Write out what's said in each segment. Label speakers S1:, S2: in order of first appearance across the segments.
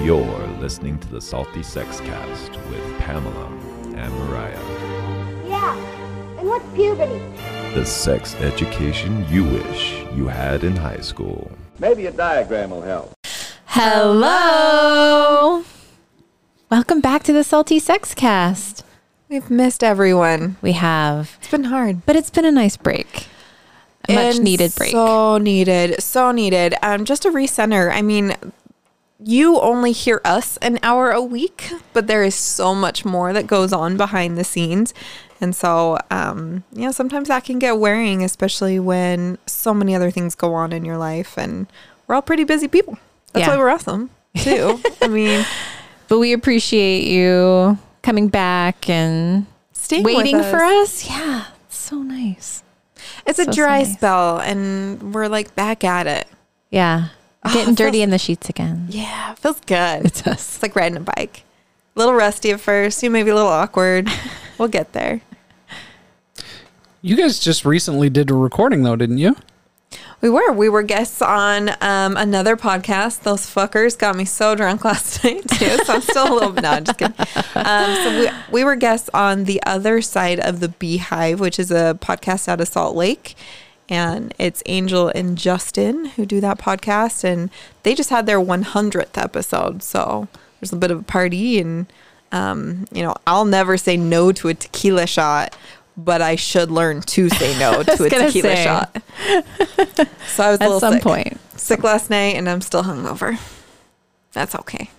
S1: You're listening to the Salty Sex Cast with Pamela and Mariah.
S2: Yeah. And what's puberty?
S1: The sex education you wish you had in high school.
S3: Maybe a diagram will help.
S4: Hello. Welcome back to the Salty Sex Cast.
S5: We've missed everyone.
S4: We have,
S5: It's been hard.
S4: but it's been a nice break. A much
S5: And
S4: needed break.
S5: So needed. So needed. Um, just to recenter, I mean, you only hear us an hour a week, but there is so much more that goes on behind the scenes. And so, um, you know, sometimes that can get wearing, especially when so many other things go on in your life. And we're all pretty busy people. That's
S4: Yeah.
S5: why we're awesome, too. I mean,
S4: but we appreciate you coming back and
S5: staying with
S4: waiting for
S5: us.
S4: us. Yeah. It's so nice.
S5: It's a
S4: So, so
S5: dry
S4: nice.
S5: spell, and we're like back at it.
S4: Yeah. Getting
S5: it
S4: dirty
S5: feels-
S4: in the sheets again.
S5: Ah, Yeah, feels good.
S4: It's us.
S5: It's like riding a bike. A little rusty at first, you may be a little awkward. We'll get there.
S6: You guys just recently did a recording though, didn't you?
S5: We were. We were guests on um, another podcast. Those fuckers got me so drunk last night, too. So I'm still a little bit, no, I'm just kidding. Um, so we, we were guests on The Other Side of the Beehive, which is a podcast out of Salt Lake. And it's Angel and Justin who do that podcast. And they just had their 100th episode. So there's a bit of a party. And, um, you know, I'll never say no to a tequila shot, but I should learn to say no to a
S4: gonna
S5: tequila
S4: say.
S5: shot. So I was a
S4: At
S5: little
S4: some
S5: sick.
S4: point.
S5: sick last night, and I'm still hungover. That's okay.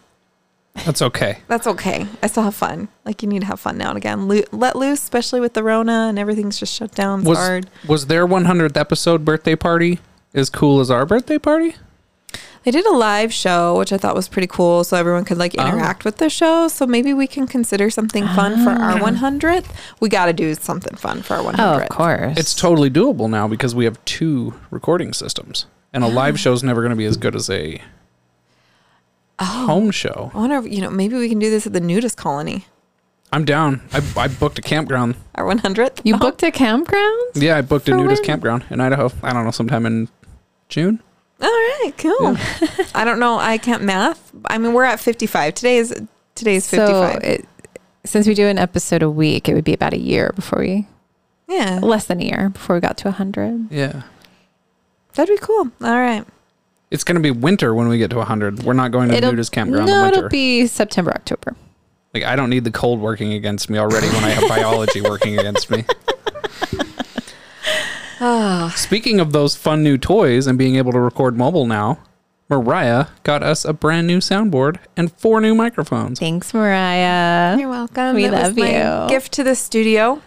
S6: That's okay.
S5: That's okay. I still have fun. Like you need to have fun now and again. Lo- let loose, especially with the Rona and everything's just shut down. It's
S6: Was
S5: hard.
S6: was their 100th episode birthday party as cool as our birthday party?
S5: They did a live show, which I thought was pretty cool, so everyone could like interact with the show. So maybe we can consider something fun for our 100th. We got to do something fun for our 100th.
S4: Oh, of course.
S6: It's totally doable now because we have two recording systems, and a live show is never going to be as good as a
S4: Oh.
S6: home show.
S5: I wonder, if, you know, maybe we can do this at the nudist colony.
S6: I'm down. I, I booked a campground.
S5: Our 100th.
S4: you booked a campground?
S6: Yeah, I booked a
S4: For
S6: nudist
S4: when?
S6: campground in Idaho. I don't know, sometime in June.
S5: All right, cool. I don't know. I can't math. I mean, we're at 55. Today is today's 55.
S4: So it, since we do an episode a week, it would be about a year before we,
S5: yeah,
S4: less than a year before we got to 100.
S6: Yeah.
S5: that'd be cool. All right.
S6: It's going to be winter when we get to 100. We're not going to the nudist campground
S4: no,
S6: in winter.
S4: it'll be September, October.
S6: Like I don't need the cold working against me already when I have biology working against me.
S4: Ah,
S6: Speaking of those fun new toys and being able to record mobile now, Mariah got us a brand new soundboard and four new microphones.
S4: Thanks, Mariah.
S5: You're welcome.
S4: We
S5: That
S4: love
S5: was my
S4: you.
S5: Gift to the studio.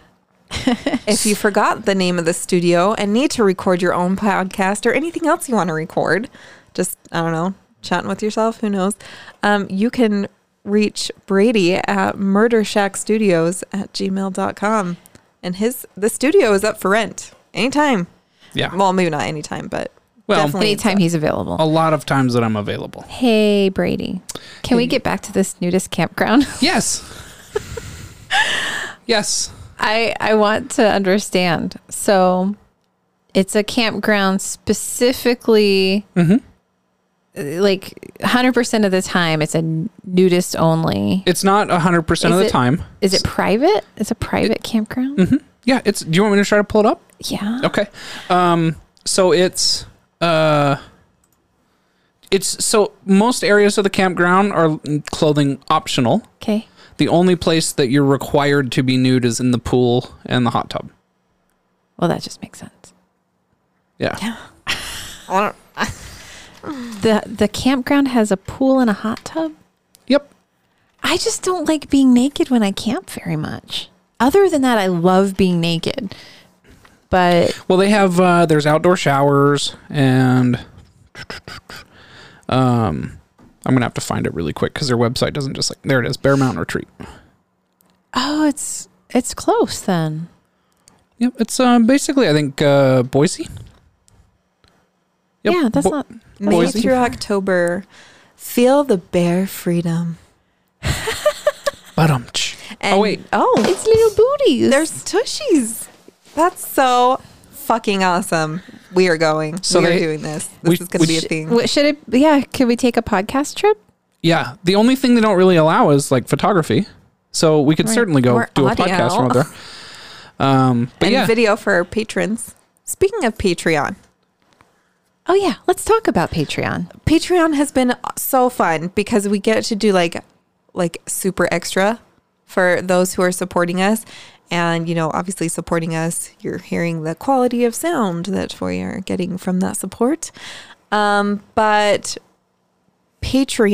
S5: if you forgot the name of the studio and need to record your own podcast or anything else you want to record, just I don't know, chatting with yourself, who knows? Um, you can reach Brady at murdershackstudios at gmail.com. And his the studio is up for rent anytime.
S6: Yeah.
S5: Well, maybe not anytime, but
S6: Well,
S5: definitely
S4: Anytime he's available.
S6: A lot of times that I'm available.
S4: Hey, Brady. Can we get back to this nudist campground?
S6: Yes. yes.
S4: I, I want to understand. So it's a campground specifically,
S6: Mm-hmm.
S4: uh, like 100% of the time, it's a nudist only.
S6: It's not 100%
S4: Is
S6: of the
S4: it-
S6: time.
S4: Is it private? It's a private campground?
S6: Yeah, it's Do you want me to try to pull it up?
S4: Yeah.
S6: Mm-hmm. Okay. Um so it's uh it's so most areas of the campground are clothing optional.
S4: Okay.
S6: The only place that you're required to be nude is in the pool and the hot tub.
S4: Well, that just makes sense.
S6: Yeah.
S5: I don't-
S4: The, the campground has a pool and a hot tub.
S6: Yep.
S4: I just don't like being naked when I camp very much. Other than that, I love being naked. But
S6: Well, they have uh there's outdoor showers and um I'm going to have to find it really quick cuz their website doesn't just like there it is, Bear Mountain Retreat.
S4: oh, it's it's close then.
S6: Yep, it's um basically I think uh Boise. Yep,
S4: Yeah, that's
S6: Bo-
S4: not.
S5: May
S6: Boise.
S5: through October. Feel the bare freedom.
S6: Badumch.
S5: And-
S6: oh wait,
S5: Oh,
S4: It's little booties.
S5: there's tushies. That's so fucking awesome. We are going.
S6: So
S5: we are
S6: they-
S5: doing this. This
S6: we-
S5: is going to
S6: we
S5: be a
S6: sh-
S5: thing.
S4: What should it? Yeah, can we take a podcast trip?
S6: Yeah, the only thing they don't really allow is like photography. So we could
S4: Right.
S6: certainly go
S5: Or
S6: do
S5: audio.
S6: a podcast from out there. Um, but
S5: and
S6: yeah,
S5: video for our patrons. Speaking of Patreon,
S4: Oh yeah, let's talk about Patreon.
S5: Patreon has been so fun because we get to do like like super extra for those who are supporting us and you know obviously supporting us you're hearing the quality of sound that we are getting from that support um, but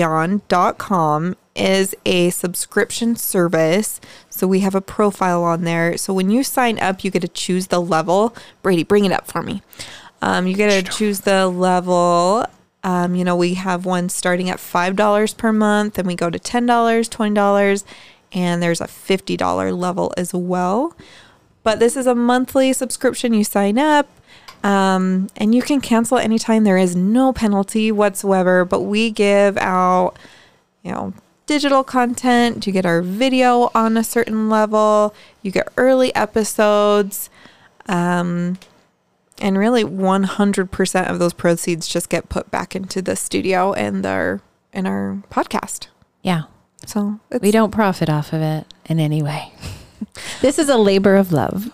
S5: patreon.com is a subscription service so we have a profile on there so when you sign up you get to choose the level brady bring it up for me um, you get to choose the level um, you know we have one starting at $5 per month and we go to $10 $20 and there's a $50 level as well but this is a monthly subscription you sign up um, and you can cancel at any time there is no penalty whatsoever but we give out you know digital content you get our video on a certain level you get early episodes um, and really 100% of those proceeds just get put back into the studio and our in our podcast
S4: Yeah,
S5: so it's,
S4: we don't profit off of it in any way. this is a labor of love.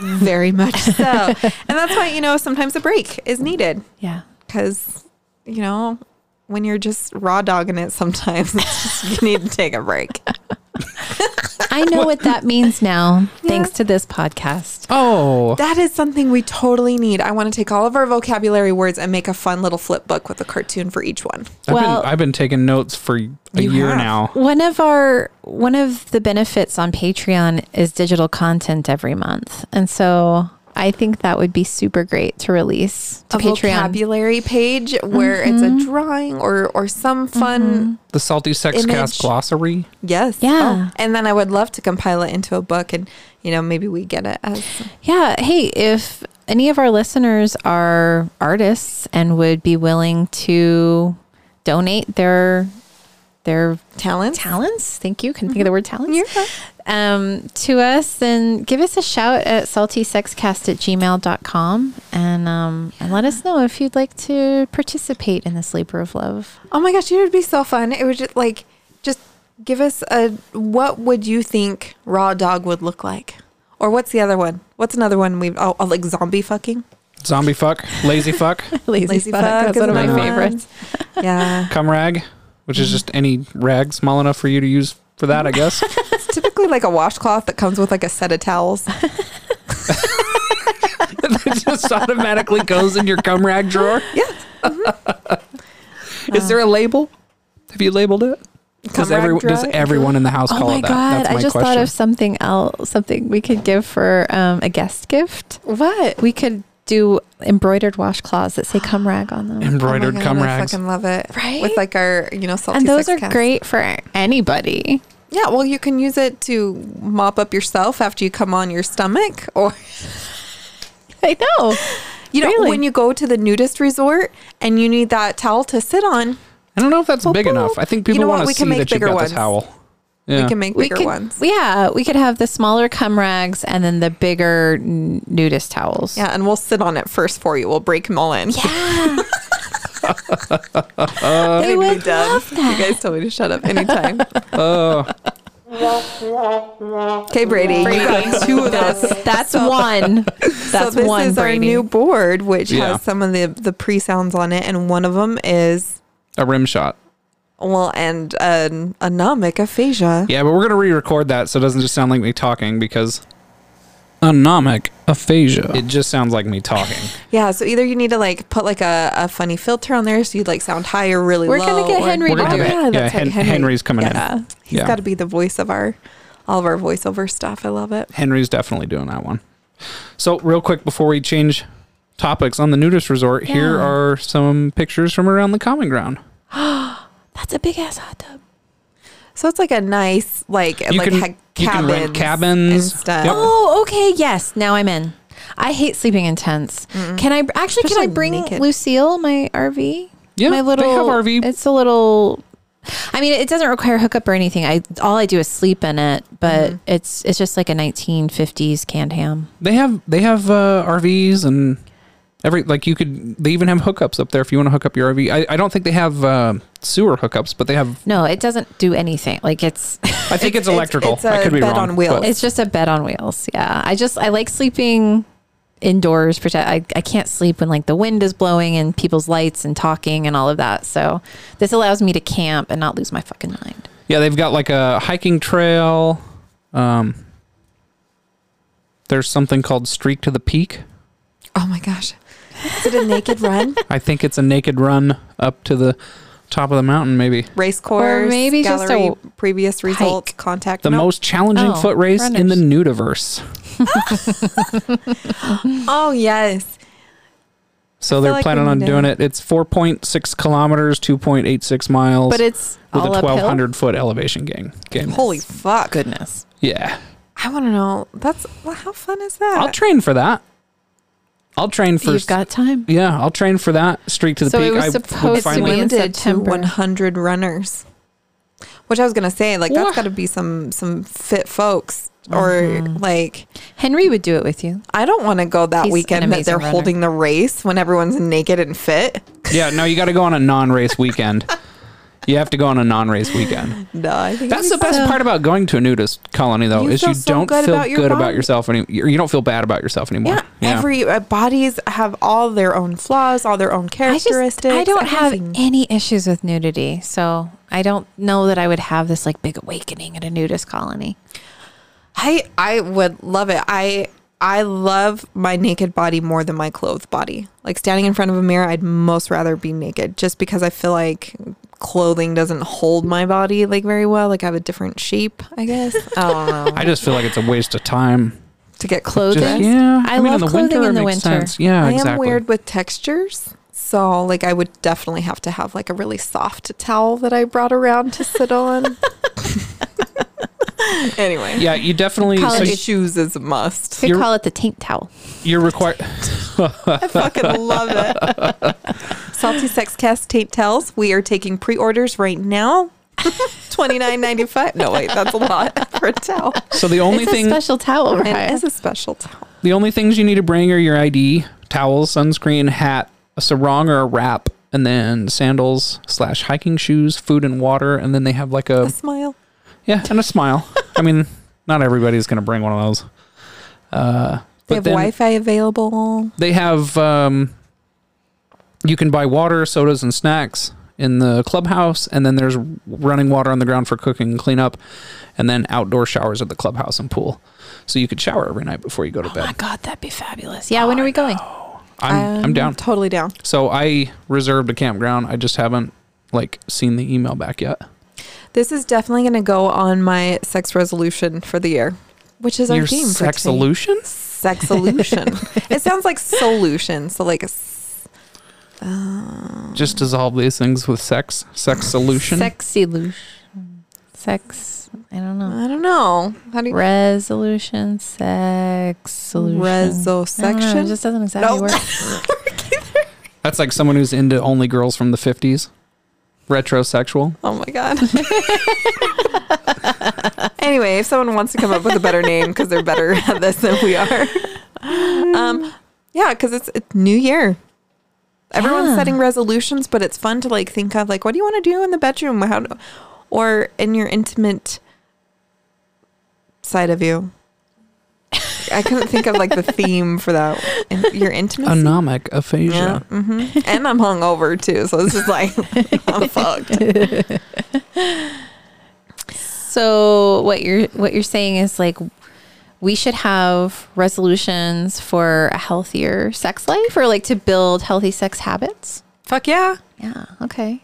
S5: very much so and that's why you know sometimes a break is needed
S4: Yeah.
S5: because you know when you're just raw dogging it sometimes it's just, you need to take a break
S4: I know what that means now, thanks to this podcast.
S6: oh,
S5: that is something we totally need i want to take all of our vocabulary words and make a fun little flip book with a cartoon for each one
S6: I've,
S4: Well-
S6: been, I've been taking notes for a
S5: You
S6: year
S5: have.
S6: now.
S4: One of our one of the benefits on Patreon is digital content every month. And so I think that would be super great to release to
S5: a
S4: Patreon.
S5: vocabulary page where it's a drawing or or some fun
S6: The Salty Sex
S5: Image.
S6: Cast glossary.
S5: yes Oh,
S4: Yeah.
S5: and then i would love to compile it into a book and you know maybe we get it as
S4: Yeah, hey, if any of our listeners are artists and would be willing to donate their their
S5: talent
S4: talents, thank you, can think of the word talents.
S5: Mm-hmm. Yeah.
S4: um, to us, then give us a shout at saltysexcast at gmail.com and, um, and let us know if you'd like to participate in this labor of love.
S5: Oh my gosh, it would be so fun. It would just like just give us a what would you think raw dog would look like? Or what's the other one? What's another one we've oh, oh like zombie fucking?
S6: Zombie fuck, lazy fuck,
S4: Lazy,
S5: is another one. yeah.
S6: cum rag, which is just any rag small enough for you to use for that, I guess.
S5: It's typically like a washcloth that comes with like a set of towels.
S6: it just automatically goes in your cum rag drawer.
S5: Yeah. Mm-hmm.
S6: Is there a label? Have you labeled it? Does,
S5: Cum rag
S6: every, does
S5: drawer?
S6: everyone in the house
S4: Oh
S6: call
S4: my
S6: it that?
S4: God.
S6: That's my
S4: I just
S6: question.
S4: thought of something else, something we could give for um, a guest gift.
S5: What?
S4: We could do embroidered washcloths that say cum rag on them.
S6: embroidered
S5: oh my God,
S6: cum
S5: I
S6: rags.
S5: fucking love it.
S4: Right?
S5: With like our, you know, salty
S4: And those
S5: sex
S4: are
S5: cast.
S4: great for anybody.
S5: Yeah, well, you can use it to mop up yourself after you come on your stomach or
S4: I know.
S5: You know,
S4: Really?
S5: when you go to the nudist resort and you need that towel to sit on,
S6: I don't know if that's
S5: Boop,
S6: big
S5: boop.
S6: enough. I think
S5: You
S6: people
S5: know
S6: want
S5: what?
S6: to
S5: We
S6: see
S5: can make
S6: that you've
S5: bigger
S6: got
S5: ones.
S6: the towel. Yeah.
S5: we can make
S4: we
S5: bigger
S4: could,
S5: ones.
S4: Yeah, we could have the smaller cum rags and then the bigger n- nudist towels.
S5: Yeah, and we'll sit on it first for you. We'll break them all in. Yeah,
S4: they would love
S5: You guys tell me to shut up anytime. okay, Brady. you got two of those.
S4: That's, that's one. That's
S5: so this
S4: one.
S5: is
S4: Brady.
S5: our new board, which
S6: Yeah.
S5: has some of the the pre sounds on it, and one of them is
S6: A rim shot.
S5: well, and an anomic aphasia.
S6: Yeah, but we're gonna re-record that so it doesn't just sound like me talking because anomic aphasia. It just sounds like me talking.
S5: Yeah, so either you need to like put like a, a funny filter on there so you'd like sound high or really
S4: We're
S5: low.
S4: gonna get
S5: or-
S4: Henry
S6: we're
S4: to do
S6: gonna do
S4: it.
S6: it.
S5: Yeah, that's
S6: Oh, Yeah,
S5: right,
S6: Hen- Henry's coming in.
S5: yeah. He's
S6: Yeah.
S5: got to be the voice of our all of our voiceover stuff. I love it.
S6: Henry's definitely doing that one. So real quick before we change topics on the nudist resort, here
S4: Yeah.
S6: are some pictures from around the common ground.
S4: That's a big ass hot tub.
S5: So it's like a nice like
S6: You
S5: like
S6: can-
S5: ha- cabins,
S6: you can rent
S5: and
S6: cabins.
S5: stuff.
S6: Yep.
S4: Oh, okay. Yes. Now I'm in. I hate sleeping in tents. Can I actually?
S5: Especially
S4: can I bring
S5: naked.
S4: Lucille my RV?
S6: Yeah,
S4: my
S6: they
S4: little
S6: have RV.
S4: It's a little. I mean, it doesn't require hookup or anything. I all I do is sleep in it,
S5: Mm-hmm.
S4: but it's it's just like a 1950s canned ham.
S6: They have they have uh, RVs and Every like you could they even have hookups up there if you want to hook up your RV. I, I don't think they have uh, sewer hookups, but they have.
S4: No, it doesn't do anything. Like it's
S6: I think it's, electrical.
S5: it's
S6: I
S5: a
S6: could be
S5: bed
S6: wrong.
S5: on wheels.
S6: but-
S4: it's just a bed on wheels. Yeah. I just I like sleeping indoors. Protect. I I can't sleep when like the wind is blowing and people's lights and talking and all of that. So this allows me to camp and not lose my fucking mind.
S6: Yeah, they've got like a hiking trail. Um, there's something called Streak to the Peak.
S5: oh my gosh. Is it a naked run?
S6: I think it's a naked run up to the top of the mountain, maybe.
S5: Race course?
S4: maybe just
S5: gallery,
S4: a
S5: previous results,
S4: hike.
S5: contact.
S6: The
S5: Nope.
S6: most challenging
S4: Oh,
S6: foot race in the
S4: runners.
S6: nudiverse.
S5: Oh yes. I
S6: So
S5: feel
S6: they're
S5: like
S6: planning
S5: we
S6: on
S5: need to-
S6: doing it. It's 4.6 kilometers, 2.86 miles,
S4: But it's
S6: with a
S4: all uphill.
S6: 1,200 foot elevation gain. gain.
S5: Holy fuck.
S4: Goodness.
S6: Yeah.
S5: I want to know. That's well, how fun is that?
S6: I'll train for that. I'll train for.
S4: You've got time.
S6: yeah, I'll train for that streak to the
S4: So
S6: peak.
S4: it was
S6: I would
S4: supposed to
S6: finally-
S4: be in
S5: limited to
S4: September.
S5: 100 runners. Which I was gonna say, like
S6: Wha-
S5: that's got to be some some fit folks, or like
S4: Henry would do it with you.
S5: I don't want to go
S4: Mm-hmm.
S5: that
S4: He's an
S5: weekend that
S4: amazing
S5: they're
S4: runner.
S5: holding the race when everyone's naked and fit.
S6: Yeah, no, you got to go on a non-race weekend. you have to go on a non-race weekend.
S5: No, I think
S6: That's the
S5: it'd be
S6: best
S5: so-
S6: part about going to a nudist colony, though,
S5: You
S6: is
S5: feel
S6: you
S5: so
S6: don't
S5: good
S6: feel
S5: about your
S6: good about
S5: body.
S6: yourself anymore. You don't feel bad about yourself anymore.
S5: Yeah, every uh, bodies have all their own flaws, all their own
S4: I just
S5: characteristics.
S4: I don't have
S5: everything.
S4: any issues with nudity, so I don't know that I would have this like big awakening at a nudist colony.
S5: I I would love it. I I love my naked body more than my clothed body. Like standing in front of a mirror, I'd most rather be naked just because I feel like clothing doesn't hold my body like very well. Like I have a different shape, I guess. I don't know.
S6: I just feel like it's a waste of time.
S5: To get clothes.
S4: Clothing.
S6: Just, yeah,
S4: I, love clothing in the winter.
S6: it makes sense. Yeah,
S5: I am
S6: Oh, exactly.
S5: weird with textures. So like I would definitely have to have like a really soft towel that I brought around to sit on. anyway.
S6: Yeah, you definitely. So
S4: College
S5: And
S6: you-
S5: shoes is a must.
S4: Could
S6: You're-
S4: call it the taint towel.
S6: you're required.
S5: I fucking love it. Salty Sex Cast Tape Tells. We are taking pre orders right now. Twenty nine ninety five. No, wait, that's a lot for a towel.
S6: So the only
S4: It's a
S6: thing,
S4: special towel,
S5: And
S4: right?
S5: it is a special towel.
S6: the only things you need to bring are your ID, towel, sunscreen, hat, a sarong or a wrap, and then sandals slash hiking shoes, food and water, and then they have like a
S5: A smile.
S6: Yeah, and a smile. I mean, not everybody's going to bring one of those. Uh,
S5: They
S6: but
S5: have
S6: then Mm,
S5: Wi Fi available.
S6: they have. Um, you can buy water, sodas, and snacks in the clubhouse, and then there's running water on the ground for cooking and cleanup, and then outdoor showers at the clubhouse and pool. So you could shower every night before you go to
S4: Oh my
S6: bed.
S4: god, that'd be fabulous. Yeah, when are we going?
S6: I'm, I'm down.
S5: Totally down.
S6: So I reserved a campground. I just haven't like seen the email back yet.
S5: This is definitely gonna go on my sex resolution for the year. Which is our
S6: Your
S5: theme for
S6: sex
S5: today.
S6: solutions?
S5: Sex solution. it sounds like solution. So like a s- uh,
S6: Just dissolve these things with sex. Sex solution.
S4: Sexy lush. Sex I don't know.
S5: I don't know. How do you
S4: Resolution, sex solution. I don't know,
S5: Resosection?
S4: It just doesn't exactly
S5: Nope.
S4: work.
S6: That's like someone who's into only girls from the 50s. Retrosexual.
S5: Oh my god. anyway, if someone wants to come up with a better name because they're better at this than we are, um, yeah, because it's, it's New Year. Everyone's
S4: Yeah.
S5: setting resolutions, but it's fun to like think of like what do you want to do in the bedroom, how, do- or in your intimate side of you. I couldn't think of like the theme for that. In, your intimacy.
S6: Anomic aphasia.
S5: hmm And I'm hungover too, so this is like I'm fucked.
S4: So what you're what you're saying is like we should have resolutions for a healthier sex life or like to build healthy sex habits.
S5: Fuck yeah.
S4: Yeah. Okay.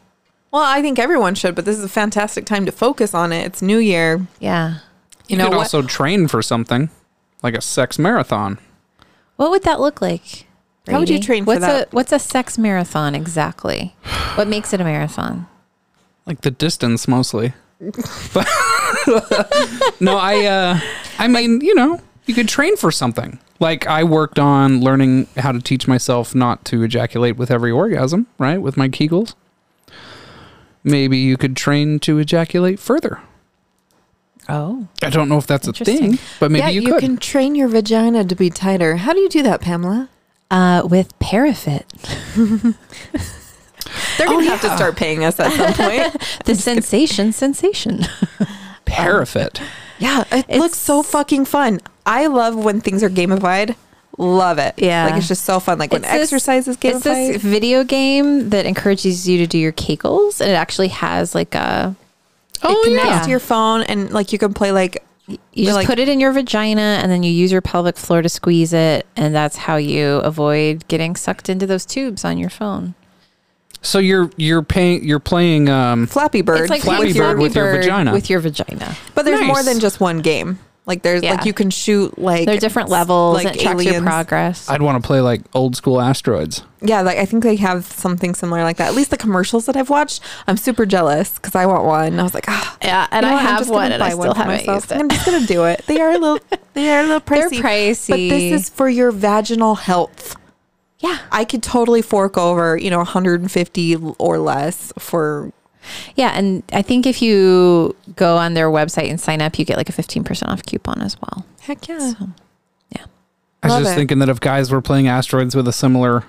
S5: Well, I think everyone should, but this is a fantastic time to focus on it. It's New Year.
S4: Yeah.
S5: You
S6: You
S5: know
S6: could
S5: what?
S6: also train for something like a sex marathon.
S4: What would that look like?
S5: How would you
S4: Brady?
S5: train for
S4: what's
S5: that?
S4: A, what's a sex marathon exactly? What makes it a marathon?
S6: Like the distance mostly. But no, I uh I mean, you know, you could train for something. Like I worked on learning how to teach myself not to ejaculate with every orgasm, right? With my Kegels. Maybe you could train to ejaculate further.
S4: Oh,
S6: I don't know if that's a
S4: Interesting.
S6: thing, but maybe
S5: yeah,
S6: you,
S5: you um,
S6: could.
S5: can train your vagina to be tighter. How do you do that, Pamela?
S4: uh, with Parafit,
S5: They're gonna have to start paying us at some point.
S4: the sensation, sensation.
S6: Parafit.
S5: yeah, it looks so fucking fun. I love when things are gamified. Love it.
S4: Yeah.
S5: like it's just so fun. Like when
S4: It's this-
S5: exercise is
S4: It's
S5: gamified.
S4: this video game that encourages you to do your kegels, and it actually has like a
S5: it connects
S4: oh, yeah.
S5: to your phone and like you can play like
S4: you just
S5: like-
S4: put it in your vagina, and then you use your pelvic floor to squeeze it, and that's how you avoid getting sucked into those tubes on your phone.
S6: So you're you're paying you're playing um
S5: Flappy Bird.
S4: It's like
S6: Flappy
S4: playing
S6: Bird with your vagina.
S4: With your vagina.
S5: but there's more
S6: Nice.
S5: than just one game. Like there's
S4: Yeah.
S5: like you can shoot like
S4: There are different
S5: s-
S4: levels. and it tracks your
S5: aliens.
S4: progress.
S6: I'd want to play like old school asteroids.
S5: Yeah, like I think they have something similar like that. At least the commercials that I've watched, I'm super jealous because I want one. And I was like, ah,
S4: Yeah, and
S5: you
S4: I
S5: know what? I'm
S4: have
S5: just gonna
S4: one and I
S5: buy
S4: still
S5: for
S4: haven't
S5: myself.
S4: used it.
S5: I'm just gonna do it. They are a little, they are a little
S4: They're
S5: pricey. but
S4: pricey.
S5: this is for your vaginal health.
S4: Yeah.
S5: I could totally fork over, you know, 150 or less for.
S4: Yeah, and I think if you go on their website and sign up, you get like a 15% off coupon as well.
S5: Heck yeah!
S4: So, yeah.
S6: I was
S5: Love
S6: just
S5: it.
S6: thinking that if guys were playing asteroids with a similar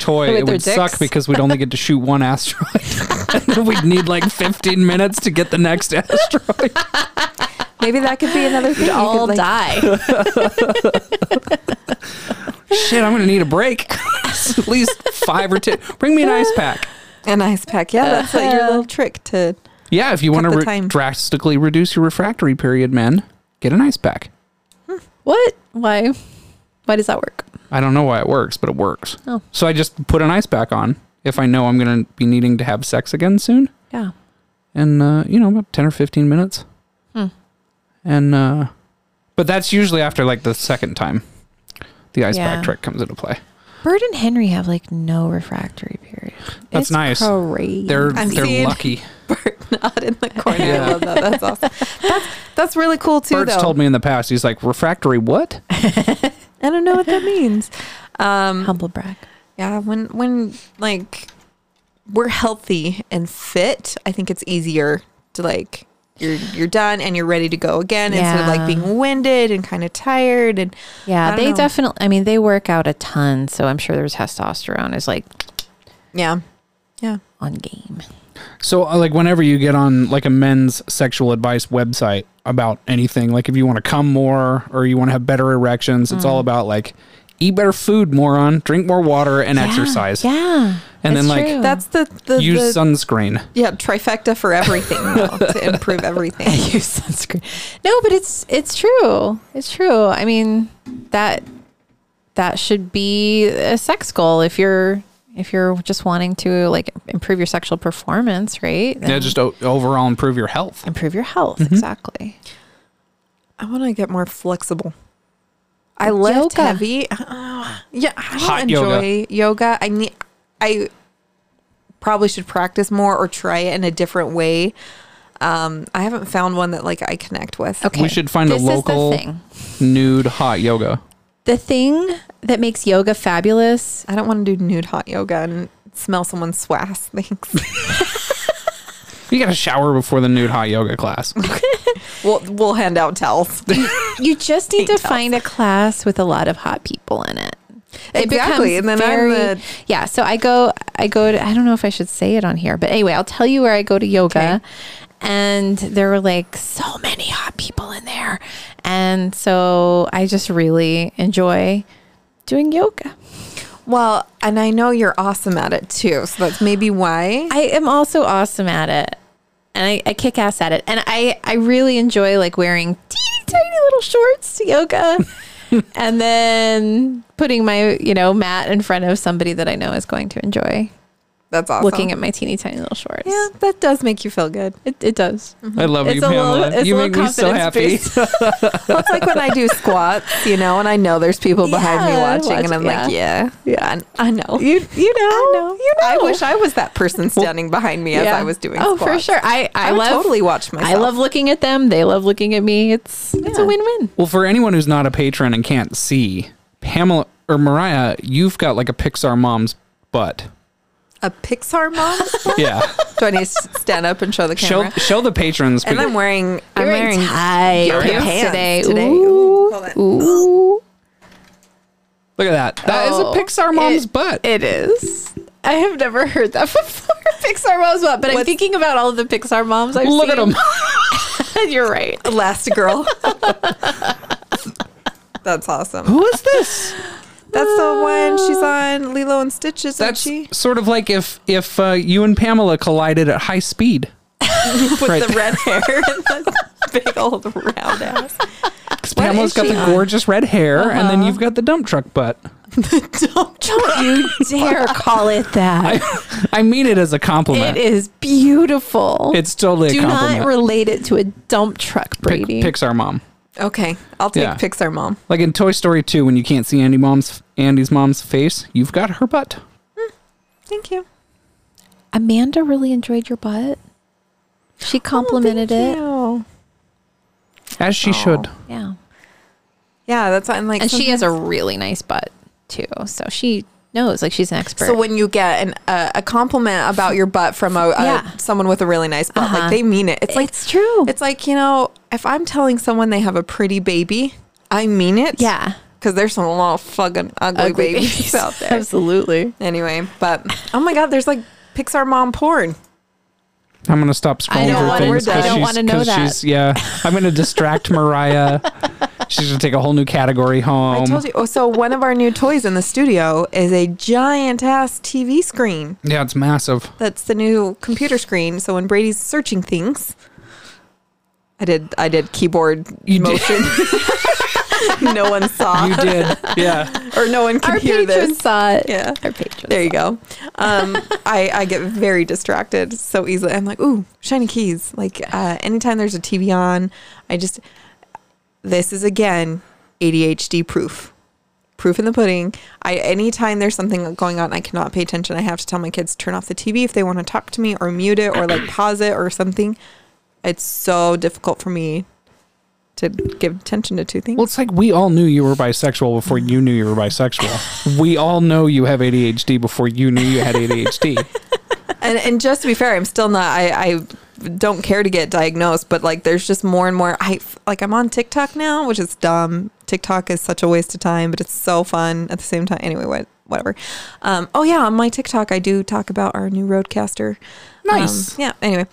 S6: toy,
S4: With
S6: it
S4: their
S6: would suck
S4: dicks.
S6: because we'd only get to shoot one asteroid. and then we'd need like 15 minutes to get the next asteroid.
S5: Maybe that could be another
S4: We'd
S5: thing. You could,
S4: all
S5: like,
S4: die.
S6: Shit, I'm going to need a break. At least five or 10. Bring me an ice pack.
S5: An ice pack. Yeah, that's like your little trick to.
S6: Yeah, if you want
S5: Cut
S6: to
S5: the
S6: re-
S5: time.
S6: drastically reduce your refractory period, men, get an ice pack.
S4: what? Why? Why does that work?
S6: I don't know why it works, but it works.
S4: Oh.
S6: So I just put an ice pack on if I know I'm going to be needing to have sex again soon.
S4: Yeah.
S6: and uh, you know about 10 or 15 minutes
S4: Hmm.
S6: and uh, but that's usually after like the second time the ice
S4: Yeah.
S6: pack trick comes into play
S4: Bird and Henry have like no refractory period.
S6: That's
S4: It's
S6: nice.
S4: Crazy.
S6: they're
S5: I'm
S6: they're
S5: seeing-
S6: lucky
S5: Not in the corner.
S6: Yeah.
S5: I love that. That's awesome. That's that's really cool too.
S6: Bert's
S5: though.
S6: told me in the past he's like refractory what
S5: I don't know what that means. Um,
S4: humble brag.
S5: Yeah, when when like we're healthy and fit, I think it's easier to like you're you're done and you're ready to go again instead of
S4: Yeah.
S5: like being winded and kind of tired and I
S4: Yeah,
S5: don't
S4: they
S5: know.
S4: definitely. I mean, they work out a ton, so I'm sure their testosterone is like
S5: yeah. Yeah.
S4: on game.
S6: so uh, like whenever you get on like a men's sexual advice website about anything like if you want to come more or you want to have better erections it's
S4: Mm.
S6: all about like eat better food moron drink more water and exercise
S4: Yeah.
S6: And then,
S4: that's
S6: like,
S4: true.
S5: That's the the,
S6: use
S5: the
S6: sunscreen
S5: yeah, trifecta for everything though, to improve everything.
S4: use sunscreen. No, but it's it's true. It's true. I mean that that should be a sex goal if you're if you're just wanting to like improve your sexual performance, right?
S6: yeah
S4: Then
S6: just o- overall improve your health
S4: improve your health. Exactly.
S5: I want to get more flexible. I lift
S4: yoga.
S5: heavy. Ah, yeah, I don't
S6: Hot yoga.
S5: enjoy yoga. I need. I probably should practice more or try it in a different way. Um, I haven't found one that like I connect with.
S4: Okay.
S6: We should find a
S4: This is the
S6: local
S4: thing.
S6: nude hot yoga.
S4: The thing that makes yoga fabulous
S5: I don't want to do nude hot yoga and smell someone's swass. Thanks.
S6: You got to shower before the nude hot yoga class.
S5: we'll we'll hand out towels.
S4: You just need to
S5: Pink tops.
S4: find a class with a lot of hot people in it.
S5: Exactly,
S4: becomes
S5: and then I'm the-
S4: yeah. So I go, I go to. I don't know if I should say it on here, but anyway, I'll tell you where I go to yoga.
S5: Okay.
S4: And there were like so many hot people in there, and so I just really enjoy doing yoga.
S5: well, and I know you're awesome at it too, so that's maybe why.
S4: I am also awesome at it. And I, I kick ass at it. And I, I really enjoy like wearing teeny tiny little shorts to yoga and then putting my, you know, mat in front of somebody that I know is going to enjoy
S5: That's awesome.
S4: looking at my teeny tiny little shorts.
S5: yeah, Mm-hmm. that does make you feel good.
S4: It, it does.
S6: I love you,
S4: It's a little-
S6: Pamela.
S4: it's a
S6: you
S4: little
S6: make me so
S4: confidence
S6: happy.
S4: boost.
S5: Well, it's like when I do squats, you know, and I know there's people behind me
S4: Yeah,
S5: watching, and I'm
S4: watch-
S5: like, yeah, yeah, I, I know.
S4: You, you know,
S5: I know.
S4: You know.
S5: I wish I was that person standing behind me as
S4: Yeah.
S5: I was doing
S4: Oh, for
S5: squats.
S4: sure. I, I,
S5: I would
S4: love,
S5: totally watch myself.
S4: I love looking at them. They love looking at me. It's, it's a
S5: Yeah.
S4: win win.
S6: Well, for anyone who's not a patron and can't see, Pamela or Mariah, you've got like a Pixar mom's butt.
S5: a Pixar mom.
S6: Yeah.
S5: do I need to s- stand up and show the
S6: show
S5: camera?
S6: show the patrons.
S5: and I'm
S6: because-
S5: wearing, I'm
S4: You're
S5: wearing,
S4: tight
S5: yoga
S4: pants
S5: pants
S4: today.
S5: today.
S4: Ooh.
S5: Hold on.
S4: Ooh.
S6: Look at that. That is
S4: Oh,
S6: a Pixar mom's
S4: it-
S6: butt.
S4: It is. I have never heard that before. Pixar mom's butt. But I'm
S5: What's-
S4: thinking about all of the Pixar moms I've seen.
S6: Look at them.
S4: You're right.
S5: Elastigirl. That's awesome.
S6: Who is this?
S5: That's the one she's on Lilo and Stitch, isn't
S6: That's
S5: she?
S6: sort of like if if uh, you and Pamela collided at high speed.
S5: With
S6: right.
S5: the red hair and the big old round ass.
S6: 'Cause Pamela's
S4: is
S6: got
S4: she
S6: the
S4: on? Uh-huh.
S6: gorgeous red hair, and then you've got the dump truck butt.
S4: Don't you dare call it that.
S6: I, I mean it as a compliment.
S4: It is beautiful.
S6: It's totally a
S4: Do
S6: compliment.
S4: not relate it to a dump truck,
S6: Pic-
S4: Brady.
S6: Pixar mom.
S5: Okay, I'll take
S6: Yeah.
S5: Pixar mom.
S6: Like in Toy Story 2, when you can't see Andy mom's Andy's mom's face, you've got her butt.
S5: Thank you.
S4: Amanda really enjoyed your butt. She complimented it.
S5: Oh, you.
S6: As she should.
S4: Yeah.
S5: Yeah, that's I'm like
S4: And she has
S5: sometimes-
S4: a really nice butt too. So she knows like she's an expert.
S5: So when you get an, uh, a compliment about your butt from a, a
S4: Yeah.
S5: someone with a really nice butt,
S4: Uh-huh.
S5: like they mean it. It's like
S4: It's true.
S5: It's like you know, if I'm telling someone they have a pretty baby, I mean it.
S4: Yeah.
S5: because there's some little fucking ugly, babies, out there.
S4: Absolutely.
S5: Anyway, but oh my god, there's like Pixar mom porn.
S6: I'm gonna stop
S4: I
S6: scrolling
S4: don't
S6: through
S4: wanna-
S6: things
S4: I don't
S6: she's-
S4: wanna know
S6: 'cause
S4: that.
S6: she's- yeah, I'm gonna distract Mariah. she's gonna take a whole new category
S5: I
S6: home.
S5: told you. Oh, so one of our new toys in the studio is a giant ass TV screen.
S6: Yeah, it's massive.
S5: That's the new computer screen. So when Brady's searching things, I did. I did keyboard
S6: You did.
S5: motion. no one saw,
S6: You did. Yeah.
S5: or no one can
S4: Our
S5: hear
S4: patrons
S5: this.
S4: saw it.
S5: Yeah.
S4: Our patrons.
S5: There you go. Um, I, I get very distracted so easily. I'm like, ooh, shiny keys. Like uh, anytime there's a TV on, I just, this is again ADHD proof. Proof in the pudding. I anytime there's something going on, I cannot pay attention. I have to tell my kids turn off the TV if they want to talk to me, or mute it, or like pause it, or something. It's so difficult for me to give attention to two things.
S6: Well, it's like we all knew you were bisexual before you knew you were bisexual. we all know you have ADHD before you knew you had ADHD.
S5: and and just to be fair, I'm still not. I I don't care to get diagnosed, but like, there's just more and more. I like I'm on TikTok now, which is dumb. TikTok is such a waste of time, but it's so fun at the same time. Anyway, what, whatever. Um, oh yeah, on my TikTok, I do talk about our new Roadcaster.
S6: Nice.
S5: Um, yeah. Anyway,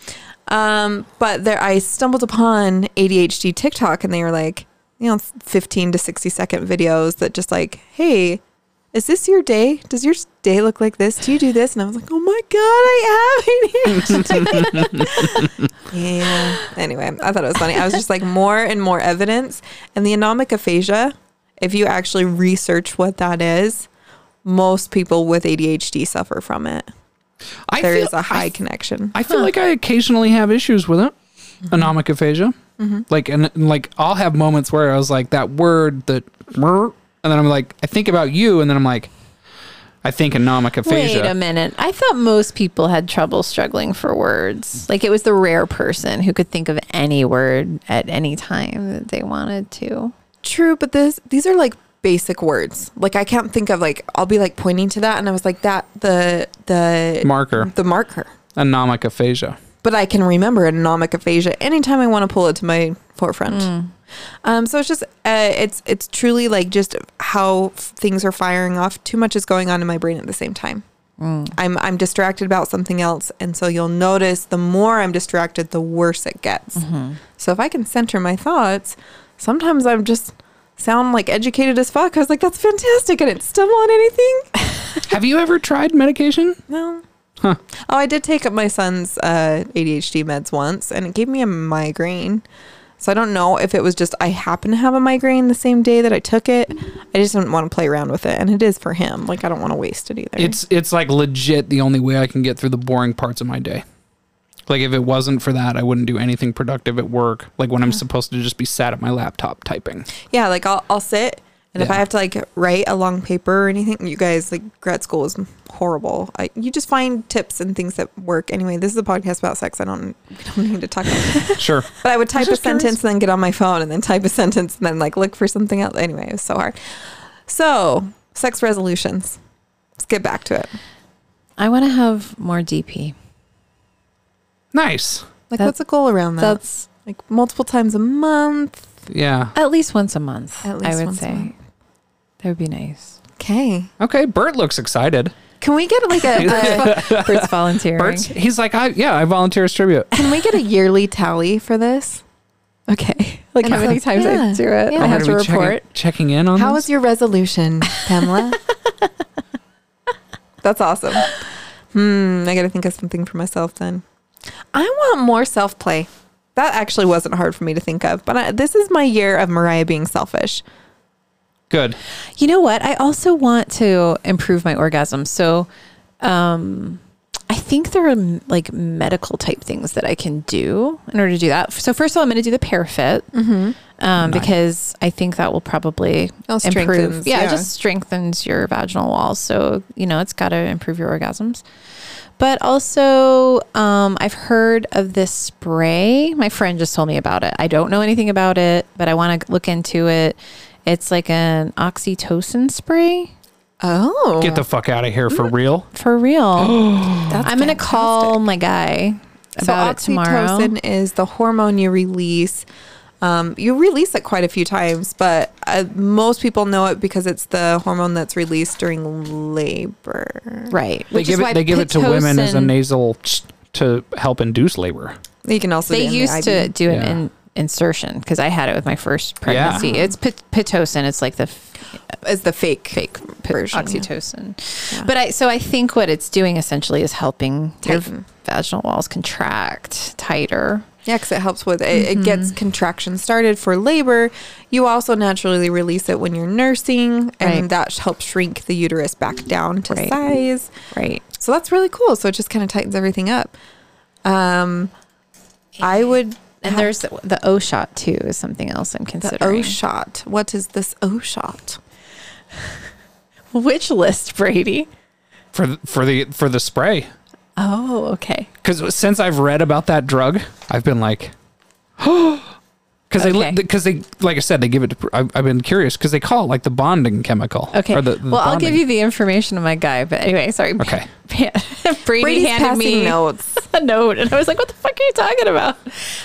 S5: um, but there I stumbled upon ADHD TikTok, and they were like, you know, 15 to 60 second videos that just like, hey, is this your day? Does your day look like this? Do you do this? And I was like, oh my god, I have ADHD. yeah. Anyway, I thought it was funny. I was just like, more and more evidence, and the anomic aphasia. If you actually research what that is, most people with ADHD suffer from it.
S6: I
S5: There is
S6: feel-
S5: a high
S6: I
S5: connection.
S6: I feel like I occasionally have issues with it.
S4: Mm-hmm.
S6: Anomic aphasia. Like and like I'll have moments where I was like that word that and then I'm like I think about you and then I'm like I think anomic aphasia.
S4: Wait a minute. I thought most people had trouble struggling for words. Like it was the rare person who could think of any word at any time that they wanted to.
S5: True, but this these are like basic words. Like I can't think of like I'll be like pointing to that and I was like that the the
S6: Marker.
S5: the marker.
S6: Anomic aphasia.
S5: But I can remember anomic aphasia anytime I want to pull it to my forefront. Um, so it's just uh, it's it's truly like just how f- things are firing off. Too much is going on in my brain at the same time. I'm I'm distracted about something else, and so you'll notice the more I'm distracted, the worse it gets. So if I can center my thoughts, sometimes I'm just sound like educated as fuck. I was like, that's fantastic. I didn't stumble on anything.
S6: have you ever tried medication?
S5: No. Oh, I did take up my son's uh, ADHD meds once, and it gave me a migraine. So I don't know if it was just I happened to have a migraine the same day that I took it. I just didn't want to play around with it, and it is for him. Like I don't want to waste it either.
S6: It's it's like legit the only way I can get through the boring parts of my day. Like if it wasn't for that, I wouldn't do anything productive at work. Like when I'm supposed to just be sat at my laptop typing.
S5: yeah, like I'll I'll sit, and if
S6: Yeah.
S5: I have to like write a long paper or anything, you guys like grad school was horrible. I, you just find tips and things that work. Anyway, this is a podcast about sex. I don't we don't need to talk about it.
S6: Sure.
S5: But I would type a
S6: just curious.
S5: sentence and then get on my phone and then type a sentence and then like look for something else. Anyway, it was so hard. So, sex resolutions. Let's get back to it.
S4: I want to have more DP.
S6: nice.
S5: Like,
S4: That-
S5: what's a goal around that?
S4: That's
S5: like multiple times a month.
S6: Yeah.
S4: at least once a month, I
S5: At least
S4: would
S5: once a
S4: say.
S5: month.
S4: That would be nice.
S5: Okay.
S6: Okay, Bert looks excited.
S5: Can we get like a, a
S4: Bert's volunteering.
S6: Bert's he's like, I yeah, I volunteer as tribute.
S5: can we get a yearly tally for this?
S4: okay. Like
S5: And
S4: how
S5: so-
S4: many times I
S5: yeah,
S4: do it?
S5: yeah.
S4: I
S5: I'm
S4: have to
S6: Gonna be Oh, checking-
S4: report.
S6: Checking, in on
S5: How
S6: this?
S5: was your resolution, Pamela? That's awesome. Hmm, I got to think of something for myself then. I want more self play. That actually wasn't hard for me to think of, but I, this is my year of Mariah being selfish.
S6: good.
S4: You know what? I also want to improve my orgasm. So, um, I think there are m- like medical type things that I can do in order to do that. So first of all, I'm going to do the parafit
S5: Mm-hmm.
S4: um, because I think that will probably
S5: It'll
S4: improve.
S5: strengthens,
S4: Yeah,
S5: yeah.
S4: it just strengthens your vaginal walls. So you know it's got to improve your orgasms. But also, um, I've heard of this spray. My friend just told me about it. I don't know anything about it, but I want to look into it. It's like an oxytocin spray
S5: Oh,
S6: Get the fuck out of here for
S4: Mm-hmm.
S6: real.
S4: for real.
S5: that's
S4: I'm gonna call my guy about it
S5: so
S4: tomorrow.
S5: oxytocin is the hormone you release. Um, you release it quite a few times, but uh, most people know it because it's the hormone that's released during labor.
S4: Right.
S6: They
S4: which is
S6: give
S4: why
S6: it they give it to women as a
S4: Pitocin-
S6: nasal to help induce labor.
S5: You can also
S4: They
S5: do it in the
S4: used to
S5: IV.
S4: do an
S6: Yeah.
S4: in, insertion because I had it with my first pregnancy. It's pit- pitocin. It's like the f-
S5: is the fake fake version.
S4: oxytocin. But I so I think what it's doing essentially is helping your
S5: Tighten.
S4: vaginal walls contract tighter.
S5: Yeah, because it helps with it, it gets
S4: Mm-hmm.
S5: contraction started for labor. You also naturally release it when you're nursing, and
S4: Right.
S5: that sh- helps shrink the uterus back down to
S4: Right.
S5: size.
S4: Right.
S5: So that's really cool. So it just kind of tightens everything up. Um, I would
S4: And there's the, the O shot too is something else I'm
S5: the
S4: considering.
S5: O shot. What is this O shot?
S4: Which list, Brady?
S6: For th- for the for the spray.
S4: Oh, okay.
S6: Because since I've read about that drug, I've been like, because
S4: Okay.
S6: they because they like I said they give it. To, I've, I've been curious because they call it like the bonding chemical.
S4: Okay.
S6: or the- the
S4: well, I'll give
S6: bonding-
S4: you the information of my guy, but anyway, sorry.
S6: Okay.
S4: Brady
S5: Brady's
S4: handed
S5: passing
S4: me
S5: notes.
S4: a note, and I was like, "What the fuck are you talking about?"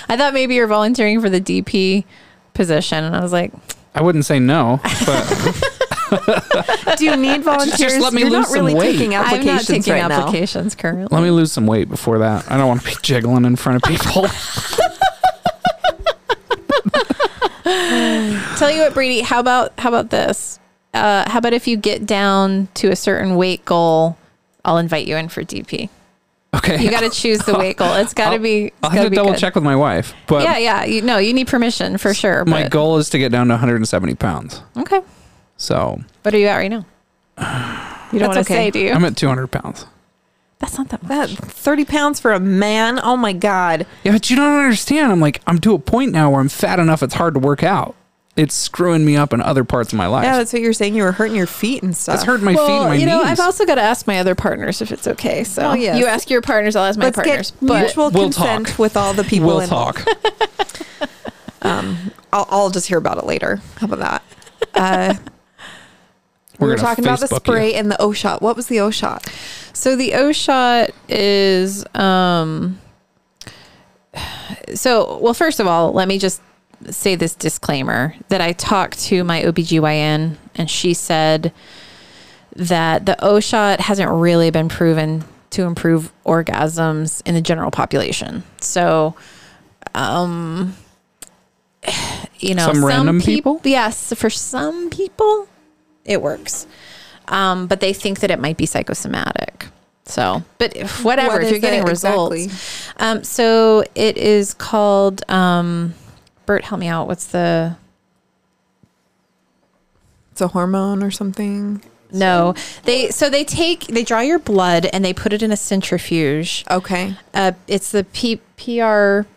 S4: I thought maybe you're volunteering for the DP position, and I was like,
S6: I wouldn't say no, but
S5: Do you need volunteers?
S6: let me
S5: You're
S6: lose
S5: not
S6: some
S5: really
S6: weight.
S5: taking
S4: "I'm
S5: applications
S4: not taking
S5: right now.
S4: applications currently."
S6: let me lose some weight before that. I don't want to be jiggling in front of people.
S4: Tell you what, Brady. How about how about this? Uh, how about if you get down to a certain weight goal, I'll invite you in for DP.
S6: Okay,
S4: You got to choose the weight goal. It's got to
S6: I'll-
S4: be. It's
S6: I'll
S4: gotta
S6: have to
S4: be
S6: double
S4: good.
S6: check with my wife, but
S4: Yeah, yeah. You, no, you need permission for sure.
S6: my
S4: but-
S6: goal is to get down to 170 pounds.
S4: Okay.
S6: So
S4: What are you at right now? You don't
S5: That's
S4: want to
S5: okay.
S4: say, do you?
S6: I'm at 200 pounds.
S4: That's not that much.
S5: That thirty pounds for a man. Oh my god.
S6: Yeah, but you don't understand. I'm like, I'm to a point now where I'm fat enough. It's hard to work out. It's screwing me up in other parts of my life.
S5: Yeah, that's what you were saying. You were hurting your feet and stuff.
S6: It's hurting my feet and my
S4: you know,
S6: knees.
S4: I've also got to ask my other partners if it's okay. So
S5: Oh, yes.
S4: you ask your partners, I'll ask my
S5: Let's
S4: partners.
S5: get
S4: But
S5: mutual
S6: We'll
S5: consent
S6: talk.
S5: with all the people.
S6: we'll
S5: involved.
S6: talk.
S5: I'll, I'll just hear about it later. How about that? Uh, we were
S6: gonna
S5: talking about the
S6: Facebook you.
S5: spray and the O shot. What was the O shot?
S4: so the O shot is um so well first of all, let me just say this disclaimer that I talked to my OBGYN and she said that the O shot hasn't really been proven to improve orgasms in the general population. So um you know
S6: Some random
S4: peop-
S6: people?
S4: yes for some people it works um but they think that it might be psychosomatic so but if, whatever
S5: What
S4: if
S5: is
S4: you're getting
S5: it
S4: results
S5: exactly?
S4: um so it is called um bert help me out what's the
S5: It's a hormone or something.
S4: no they so they take they draw your blood and they put it in a centrifuge
S5: Okay.
S4: uh it's the P- prp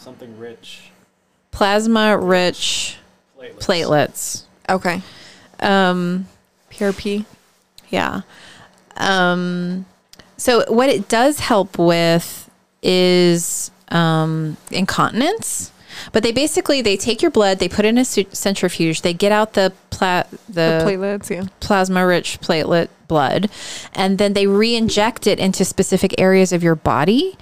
S7: something rich
S4: plasma rich
S7: platelets.
S4: platelets
S5: Okay.
S4: um
S5: PRP.
S4: Yeah. Um, so what it does help with is um, incontinence. But they basically they take your blood, they put it in a su- centrifuge, they get out the pla- the,
S5: Platelets. Yeah.
S4: plasma rich platelet blood, and then they re-inject it into specific areas of your body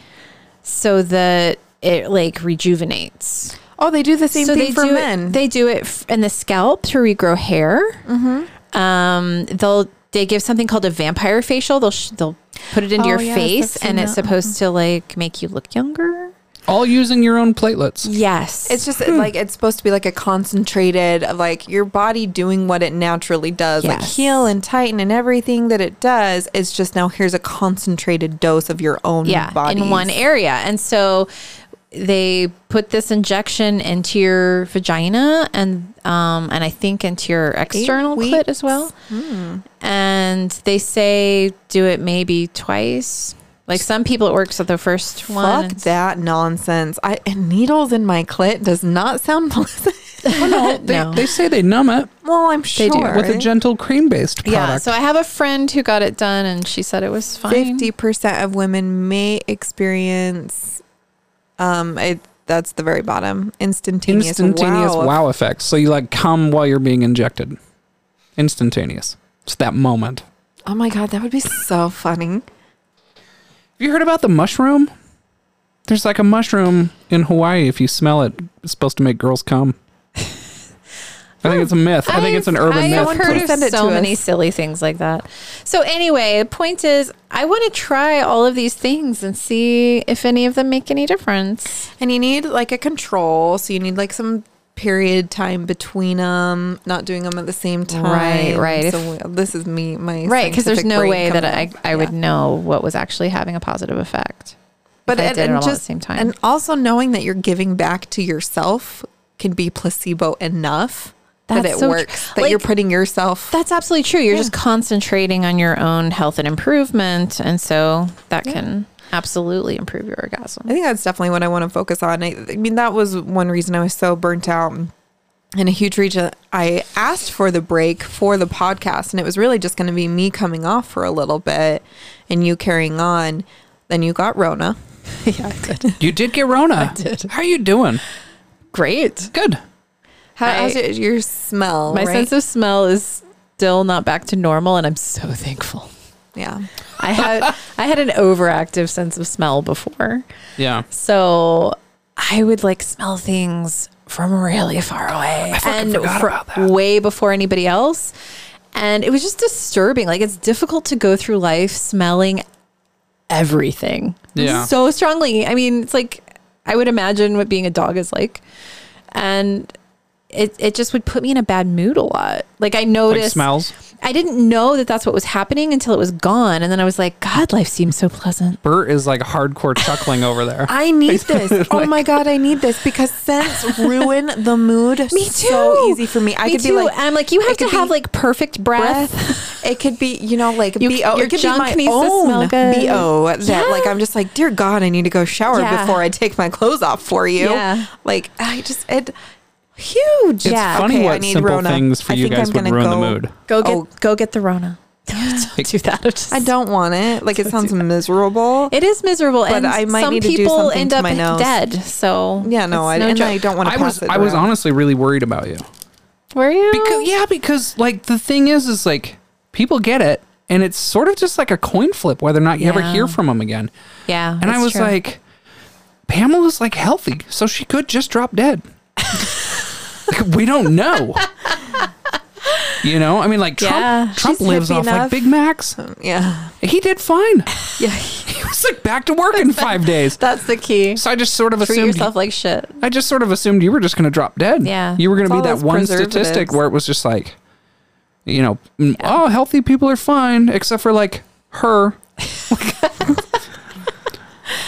S4: so that it like rejuvenates
S5: Oh, they do the same thing for
S4: do
S5: men.
S4: It, they do it f- in the scalp to regrow hair.
S5: Mm-hmm.
S4: Um, they'll they give something called a vampire facial. They'll sh- they'll put it into
S5: Oh,
S4: your
S5: yes, I've
S4: face,
S5: seen
S4: and it's
S5: that.
S4: supposed to like make you look younger.
S6: All using your own platelets.
S4: Yes,
S5: It's just like it's supposed to be like a concentrated of like your body doing what it naturally does, like
S4: Yes.
S5: heal and tighten and everything that it does. It's just now here's a concentrated dose of your own
S4: yeah
S5: body
S4: in one area and so they put this injection into your vagina and um and i think into your external clit as well
S6: Hmm.
S4: and they say do it maybe twice like some people it works at the first one
S5: Fuck that nonsense! I and needles in my clit does not sound pleasant.
S6: Oh, no, they,
S4: No.
S6: they say they numb it
S5: well, I'm
S4: They
S5: sure
S4: do.
S6: with a gentle cream based product.
S4: yeah so i have a friend who got it done and she said it was fine
S5: Fifty percent of women may experience, um, it, that's the very bottom, instantaneous,
S6: instantaneous wow.
S5: wow
S6: effects. So you like come while you're being injected. Instantaneous. It's that moment.
S5: Oh my god, that would be so funny.
S6: Have you heard about the mushroom? There's like a mushroom in Hawaii. If you smell it, it's supposed to make girls come. I think it's a myth. I think it's an urban
S4: I've
S6: myth.
S4: heard
S5: Please
S4: of
S5: send it
S4: so
S5: to
S4: many
S5: us.
S4: silly things like that. So anyway, the point is, I want to try all of these things and see if any of them make any difference.
S5: And you need like a control, so you need like some period time between them, not doing them at the same time.
S4: Right, right.
S5: So this is me, my
S4: Right, because there's
S5: scientific
S4: no
S5: brain
S4: way that
S5: coming
S4: I,
S5: out.
S4: I would
S5: Yeah.
S4: know what was actually having a positive effect.
S5: But
S4: I
S5: and,
S4: did it
S5: and
S4: all at
S5: just
S4: the same time.
S5: and also knowing that you're giving back to yourself can be placebo enough that
S4: That's
S5: it
S4: so tr-
S5: works. that you're
S4: like-
S5: putting yourself.
S4: That's absolutely true. You're just concentrating on your own health and improvement, and so that can absolutely improve your orgasm.
S5: I think that's definitely what I want to focus on. I, I mean, that was one reason I was so burnt out. And a huge reason I asked for the break for the podcast, and it was really just going to be me coming off for a little bit and you carrying on. Then you got Rona.
S6: You did get Rona. How are you doing?
S4: Great.
S6: Good.
S5: How, how's
S4: I-
S5: your, your smell?
S4: My
S5: right?
S4: sense of smell is still not back to normal, and I'm so thankful.
S5: yeah.
S4: I had I had an overactive sense of smell before.
S6: Yeah.
S4: So I would like smell things from really far away and
S6: forgot
S4: fro-
S6: about that.
S4: way before anybody else. And it was just disturbing. Like it's difficult to go through life smelling everything.
S6: Yeah.
S4: So strongly. I mean, it's like I would imagine what being a dog is like. And it, it just would put me in a bad mood a lot. Like I noticed
S6: smells?
S4: I didn't know that that's what was happening until it was gone, and then I was like, God, life seems so pleasant.
S6: Bert is like hardcore chuckling over there.
S5: I need this. oh my God, I need this because scents ruin the mood
S4: Me too.
S5: so easy for me. I
S4: Me
S5: could be
S4: too.
S5: like,
S4: and I'm like, you
S5: it
S4: have to
S5: could
S4: have
S5: be-
S4: like perfect breath.
S5: breath. It could be, you know, like
S4: You-
S5: BO.
S4: your
S5: It could be
S4: junk
S5: my
S4: needs to smell
S5: own
S4: good.
S5: BO that
S4: Yeah.
S5: like I'm just like, dear God, I need to go shower
S4: Yeah.
S5: before I take my clothes off for you.
S4: Yeah.
S5: Like I just it huge.
S6: it's
S4: yeah.
S6: funny
S5: Okay, I
S6: what
S5: need
S6: simple
S5: Rona.
S6: things for
S5: I
S6: you
S5: think
S6: guys
S5: I'm
S6: would
S5: gonna
S6: ruin the
S5: go-
S6: mood.
S4: Go get
S5: Oh.
S4: go get the Rona. Don't do that. I'm just-
S5: I don't want it. Like it sounds miserable.
S4: It is miserable,
S5: But
S4: and
S5: I might
S4: some
S5: need to do
S4: people
S5: something
S4: end
S5: to
S4: up
S5: my nose.
S4: dead. So
S5: yeah, no, I,
S4: it's
S5: and
S4: joke.
S5: I don't want to
S6: I
S5: pass
S6: was
S5: it.
S6: I was
S5: around.
S6: honestly really worried about you.
S4: Were you?
S6: Because yeah, because like the thing is, is like people get it, and it's sort of just like a coin flip whether or not you ever
S4: Yeah.
S6: hear from them again.
S4: yeah,
S6: And I
S4: that's
S6: was
S4: true.
S6: like, Pamela's like healthy, so she could just drop dead. Like, we don't know. You know, I mean, like Trump.
S4: Yeah.
S6: Trump
S5: She's
S6: lives
S5: hippie
S6: off like
S5: enough.
S6: Big Macs.
S5: Yeah.
S6: He did fine.
S5: Yeah.
S6: He was like back to work in five days.
S4: that's the key.
S6: So I just sort of
S4: Treat
S6: assumed.
S4: yourself like shit.
S6: I just sort of assumed you were just going to drop dead.
S4: Yeah.
S6: You were going
S5: It's
S6: to be
S5: all
S6: that
S5: those
S6: one statistic
S5: preservatives.
S6: where it was just like, you know, mm, oh, healthy people are fine, except for like her.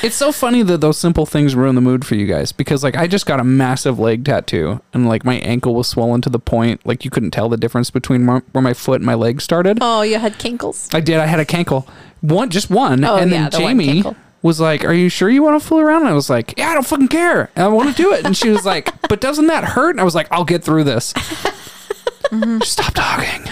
S6: it's so funny that those simple things ruin the mood for you guys because like I just got a massive leg tattoo and like my ankle was swollen to the point like you couldn't tell the difference between where where my foot and my leg started.
S4: Oh, you had kinkles.
S6: I did. I had a cankle, one, just one,
S4: Oh,
S6: and
S4: yeah, the
S6: then
S4: one
S6: Jamie
S4: cankle.
S6: was like, "Are you sure you want to fool around?" And I was like, "Yeah, I don't fucking care. I want to do it." And she was like, "But doesn't that hurt?" And I was like, "I'll get through this."
S4: Mm-hmm.
S6: Stop talking.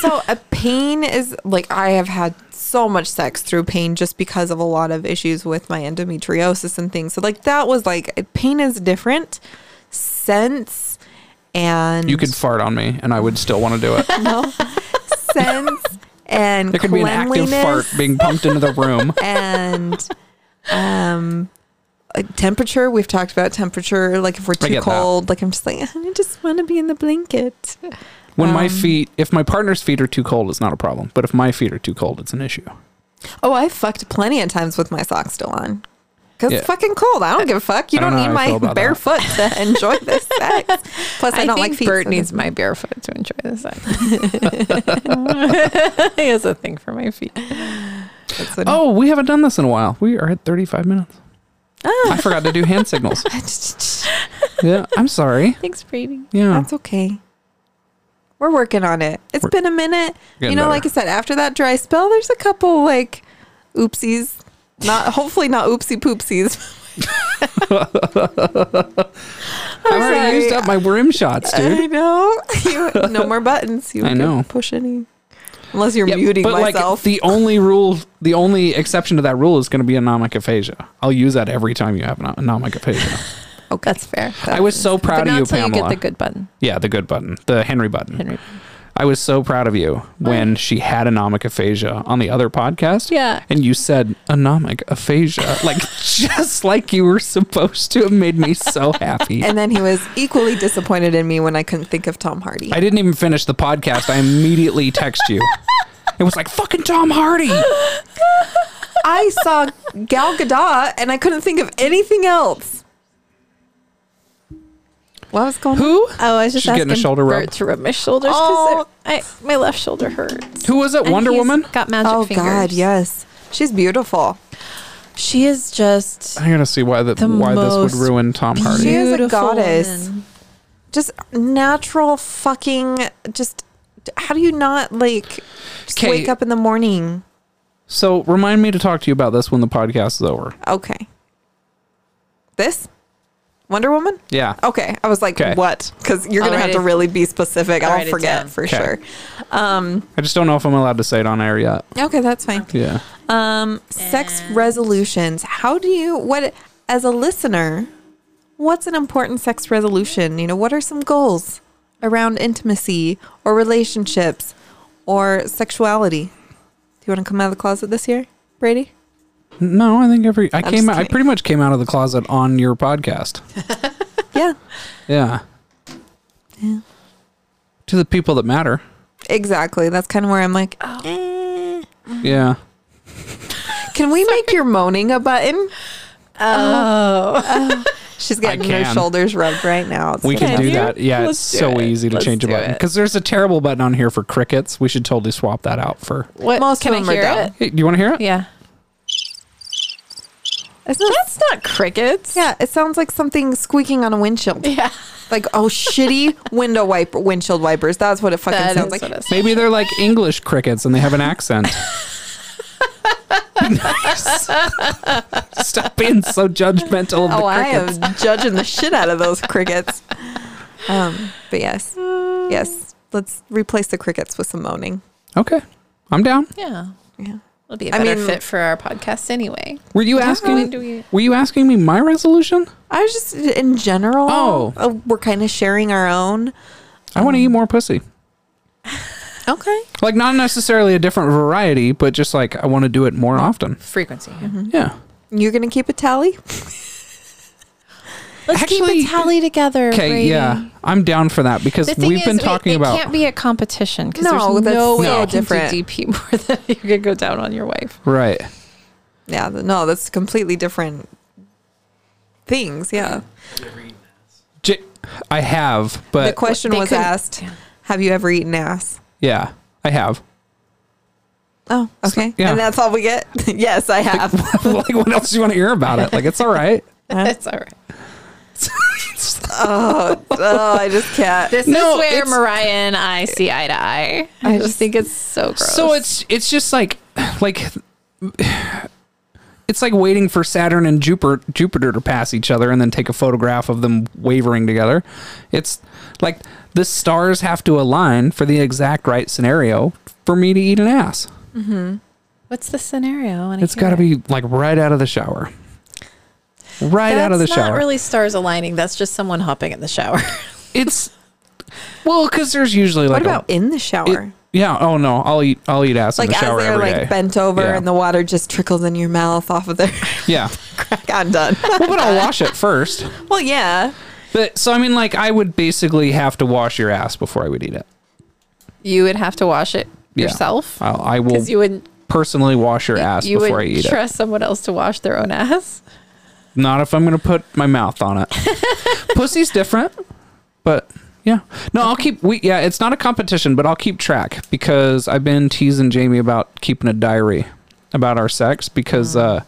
S5: so a pain is like I have had so much sex through pain just because of a lot of issues with my endometriosis and things. So like that was like pain is different sense and
S6: You could fart on me, and I would still want to do it.
S5: no sense and
S6: There could be an active fart
S5: cleanliness
S6: being pumped into the room.
S5: and um uh, temperature we've talked about temperature like if we're
S6: I
S5: too
S6: get that.
S5: cold like i'm just like i just want to be in the blanket
S6: When
S4: Um.
S6: my feet, if my partner's feet are too cold, it's not a problem. But if my feet are too cold, it's an issue.
S5: Oh, I fucked plenty of times with my socks still on. Cause
S6: Yeah.
S5: it's fucking cold. I don't give a fuck. You
S6: I don't
S5: don't,
S6: know how I feel
S5: need my
S6: about
S5: bare foot
S6: that.
S5: to enjoy this sex. Plus, I,
S4: I,
S5: don't
S4: think
S5: like feet.
S4: Bert
S5: so
S4: needs
S5: this-
S4: my barefoot to enjoy the sex. he has a thing for my feet.
S5: that's what-
S6: Oh, we haven't done this in a while. We are at 35 minutes.
S4: Oh.
S6: I forgot to do hand signals. yeah, I'm sorry.
S4: Thanks, Brady.
S6: Yeah.
S5: That's okay. We're working on it. It's
S6: We're-
S5: been a minute. You
S6: getting
S5: know,
S6: better.
S5: like I said, after that dry spell, there's a couple like oopsies. Not hopefully not oopsie poopsies.
S6: I've already
S5: sorry.
S6: used up my worm shots, dude.
S5: I know. You, no more buttons. You
S6: I
S5: can
S6: know.
S5: push any. Unless you're
S6: Yeah,
S5: muting myself.
S6: like the only rule, the only exception to that rule is going to be anomic aphasia. I'll use that every time you have an anomic aphasia.
S4: Okay. That's fair.
S6: I was so proud
S4: but
S6: of
S4: not
S6: you,
S4: until you
S6: Pamela.
S4: get the good button,
S6: yeah, the good button, the Henry button.
S4: Henry.
S6: I was so proud of you
S5: Oh.
S6: when she had anomic aphasia on the other podcast.
S4: Yeah.
S6: And you said anomic aphasia, like just like you were supposed to. It made me so happy.
S5: and then he was equally disappointed in me when I couldn't think of Tom Hardy.
S6: I didn't even finish the podcast. I immediately text you. It was like fucking Tom Hardy.
S5: I saw Gal Gadot and I couldn't think of anything else. What was going on?
S6: Who?
S4: Oh, I was just
S6: She's
S4: asking
S6: getting a shoulder
S4: Bert
S6: rub.
S4: to rub my shoulders
S5: Oh.
S4: because I my left shoulder hurts.
S6: Who was it?
S4: And
S6: Wonder
S4: he's
S6: Woman?
S4: got magic
S5: Oh
S4: fingers.
S5: God, yes, she's beautiful.
S4: She is just
S6: I'm gonna see why the,
S4: The
S6: why this would
S4: most
S6: ruin Tom Hardy.
S5: She is a
S4: beautiful
S5: goddess.
S4: woman.
S5: Just natural fucking. Just how do you not like just
S6: Okay.
S5: wake up in the morning?
S6: So remind me to talk to you about this when the podcast is over.
S5: Okay, this Wonder Woman.
S6: Yeah.
S5: Okay, I was like,
S6: 'Kay.
S5: what? Because you're
S4: I'll
S5: gonna have
S4: write
S5: to
S4: it-
S5: really be specific.
S4: I'll
S5: I'll,
S4: write it down.
S5: forget for
S6: 'Kay.
S5: sure. Um,
S6: I just don't know if I'm allowed to say it on air yet.
S5: okay, that's fine.
S6: Yeah.
S5: Um, sex resolutions. How do you what as a listener? What's an important sex resolution? You know, what are some goals around intimacy or relationships or sexuality? Do you want to come out of the closet this year, Brady?
S6: No, I think every I
S5: just
S6: came out, I
S5: kidding.
S6: pretty much came out of the closet on your podcast.
S5: Yeah,
S6: Yeah. To the people that matter.
S5: exactly. That's kind of where I'm like,
S6: Yeah.
S5: can we make your moaning a button?
S4: oh.
S5: She's getting her
S6: can.
S5: shoulders rubbed right now. It's
S6: We can
S5: okay.
S6: do
S4: you?
S6: that. Yeah,
S4: Let's
S6: it's
S4: do
S6: so
S4: it.
S6: easy to
S4: Let's
S6: change a
S4: do
S6: button
S4: it.
S6: because there's a terrible button on here for crickets. We should totally swap that out for.
S4: What,
S5: Most
S4: can
S5: of them
S4: I
S5: are
S4: hear
S5: dumb.
S4: it?
S6: Hey, do you want to hear it?
S4: Yeah. That's not crickets.
S5: Yeah, it sounds like something squeaking on a windshield.
S4: Yeah.
S5: Like oh, shitty window wiper, windshield wipers. That's what it fucking
S4: That
S5: sounds
S4: is
S5: like.
S4: what it's-
S6: Maybe they're like English crickets and they have an accent. Nice. Stop being so judgmental of the
S5: Oh, I
S6: crickets.
S5: am judging the shit out of those crickets. Um, but yes, yes, let's replace the crickets with some moaning.
S6: Okay. I'm down.
S4: Yeah.
S5: Yeah.
S4: It'll be a
S5: I
S4: better
S5: mean-
S4: fit for our podcast anyway.
S6: Were you
S4: When
S6: asking
S4: do we-
S6: Were you asking me my resolution?
S5: I was just in general.
S6: Oh.
S5: uh, we're kind of sharing our own.
S6: I
S4: Mm.
S6: want to eat more pussy.
S5: Okay.
S6: Like not necessarily a different variety, but just like I want to do it more
S4: Mm-hmm.
S6: often.
S4: Frequency. yeah.
S6: Yeah.
S5: You're gonna keep a tally.
S4: Let's
S6: Actually-
S4: keep a tally together.
S6: Okay,
S4: Brady.
S6: yeah. I'm down for that because
S4: The thing
S6: we've
S4: is,
S6: been
S4: it-
S6: talking
S4: it
S6: about
S4: can't be a competition because
S5: No,
S4: there's
S5: that's
S4: no way
S5: so
S4: I can do
S5: different.
S4: DP more than you could go down on your wife.
S6: Right.
S5: Yeah. th- No, that's completely different things. Yeah.
S6: J- I have,
S5: The
S6: but
S5: question
S4: they
S5: was
S4: couldn't-
S5: asked: Have you ever eaten ass?
S6: yeah, I have.
S5: Oh, okay.
S6: yeah.
S5: And that's all we get? yes, I have.
S6: like what else do you want to hear about it? Like it's all right.
S4: That's all right.
S5: oh, I just can't.
S4: This
S6: No,
S4: is where
S6: it's-
S4: Mariah and I see eye to eye. I just think it's so gross.
S6: So it's it's just like like it's like waiting for Saturn and Jupiter Jupiter to pass each other and then take a photograph of them wavering together. It's like the stars have to align for the exact right scenario for me to eat an ass.
S4: what's the scenario?
S6: It's got to be like right out of the shower. Right out of the
S4: That's
S6: shower.
S4: not really stars aligning. That's just someone hopping in the shower.
S6: it's well cuz there's usually
S5: What
S6: like a-
S5: about in the shower?
S6: it- yeah, oh no, I'll eat I'll eat ass
S5: like
S6: in the
S5: as
S6: shower
S5: they're
S6: every
S5: like
S6: day.
S5: bent over
S6: Yeah.
S5: and the water just trickles in your mouth off of their
S6: Yeah.
S5: crack. I'm done.
S6: Well, but I'll wash it first.
S5: well, yeah.
S6: But so I mean, like I would basically have to wash your ass before I would eat it.
S4: you would have to wash it yourself
S6: I'll, I will
S4: because you wouldn't
S6: personally wash your ass
S4: you
S6: before I
S4: would
S6: eat
S4: trust someone else to wash their own ass.
S6: it. Not if I'm going to put my mouth on it. Pussy's different, but yeah. No, I'll keep. We yeah, it's not a competition, but I'll keep track because I've been teasing Jamie about keeping a diary about our sex because
S4: Mm.
S6: uh,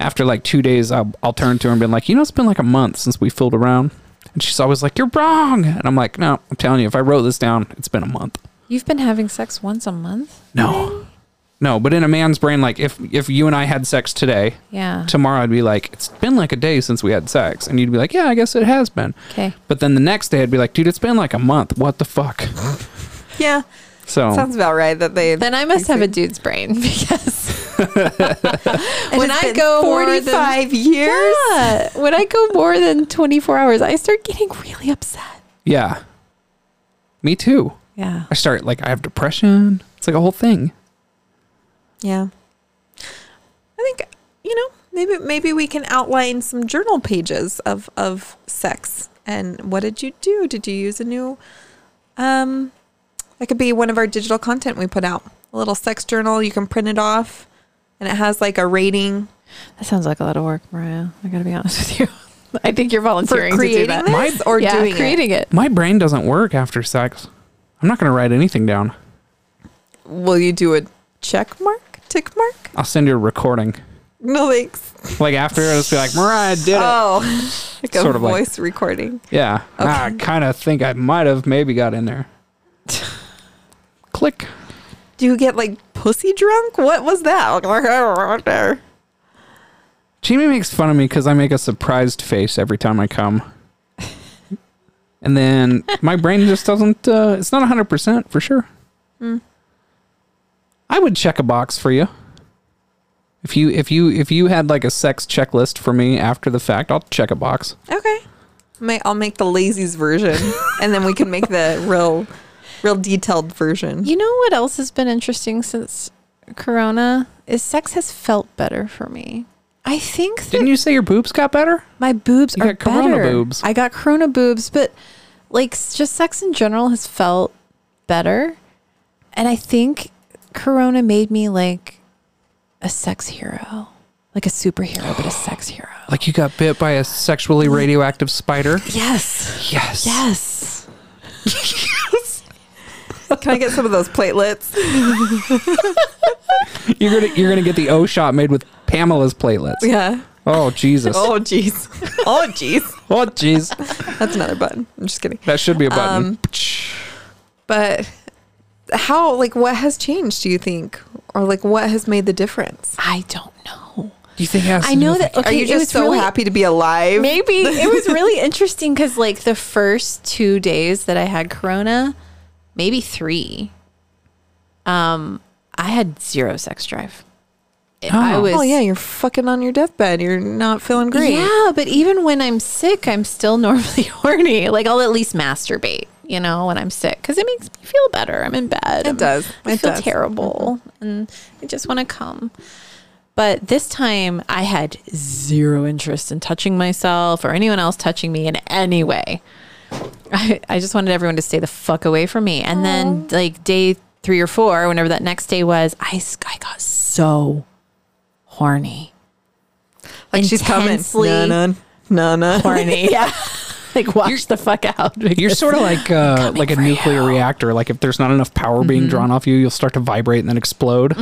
S6: after like two days, I'll, I'll turn to her and be like, you know, it's been like a month since we fooled around. And she's always like, you're wrong. And I'm like, no, I'm telling you, if I wrote this down, it's been a month.
S4: You've been having sex once a month.
S6: No. No, but in a man's brain, like if if you and I had sex today,
S5: Uh-huh.
S4: Yeah.
S6: tomorrow I'd be like, it's been like a day since we had sex, and you'd be like, yeah, I guess it has been.
S4: 'Kay.
S6: But then the next day, I'd be like, dude, it's been like a month. What the fuck?
S5: Yeah.
S6: So
S5: Sounds about right that they
S4: Then I must have a dude's brain because when I go more than-
S5: 45 years.
S4: Yeah. when I go more than 24 hours, I start getting really upset.
S6: yeah, me too.
S4: Yeah.
S6: I start like I have depression. It's like a whole thing.
S5: Yeah. I think you know, maybe maybe we can outline some journal pages of of sex and what did you do? Did you use a new um that could be one of our digital content we put out. A little sex journal, you can print it off and it has like a rating
S4: That sounds like a lot of work, Mariah. I got to be honest with you. I think you're
S5: for
S4: volunteering to do
S5: creating
S4: that.
S5: this or
S4: yeah,
S5: doing
S4: creating it.
S6: My brain doesn't work after sex. I'm not gonna write anything down.
S5: it. Will you do a check mark? Tick mark?
S6: I'll send you a recording.
S5: No thanks.
S6: Like after, I'll just be like, Mariah did it.
S5: Oh, like a
S6: Sort of like-
S5: voice recording.
S6: Yeah. Ah, I kind of think I might have maybe got in there. Click.
S5: Do you get like pussy drunk? What was that?
S6: Jamie makes fun of me because I make a surprised face every time I come. and then my brain just doesn't, uh, it's not 100% for sure. I would check a box for you. If you if you if you had like a sex checklist for me after the fact, I'll check a box.
S5: Okay. May I'll make the lazy's version, and then we can make the real, real detailed version.
S4: You know what else has been interesting since Corona is sex has felt better for me. I think that
S6: Didn't you say your boobs got better?
S4: my boobs
S6: You
S4: are
S6: got corona
S4: better.
S6: boobs.
S4: I got Corona boobs, but like s- just sex in general has felt better, and I think Corona made me like a sex hero, like a superhero, but a sex hero.
S6: Like you got bit by a sexually radioactive spider?
S4: Yes,
S6: Yes.
S4: yes.
S5: Can I get some of those platelets?
S6: You're gonna you're gonna get the O shot made with Pamela's platelets.
S5: Yeah.
S6: Oh Jesus.
S5: Oh jeez. Oh jeez.
S6: Oh jeez.
S5: That's another button. I'm just kidding.
S6: That should be a button.
S5: But how? Like, what has changed? Do you think, or like, what has made the difference?
S4: I don't know.
S6: Do you think it has
S4: I
S6: to do
S4: know
S6: with,
S4: that.
S6: like,
S4: Okay,
S5: Are you
S4: it
S5: just
S4: was
S5: so
S4: really-
S5: happy to be alive?
S4: Maybe it was really interesting because like the first two days that I had corona, maybe three, um, I had zero sex drive. I
S6: Oh.
S4: was
S5: Oh yeah, you're fucking on your deathbed. You're not feeling great.
S4: Yeah, but even when I'm sick, I'm still normally horny. Like I'll at least masturbate, you know, when I'm sick because it makes me feel better. I'm in bed. I'm-
S5: does.
S4: I
S5: It
S4: feel
S5: does. Mm-hmm.
S4: terrible, and I just want to come. But this time, I had zero interest in touching myself or anyone else touching me in any way. I, I just wanted everyone to stay the fuck away from me. And then, like day three or four, whenever that next day was, I, s- I got so horny.
S5: Like she's coming.
S4: Intensely
S5: no, no, no.
S4: horny. yeah. Like watch the fuck out.
S6: You're sort of like uh, like a nuclear reactor. Like if there's not enough power being drawn off you, you'll start to vibrate and then explode.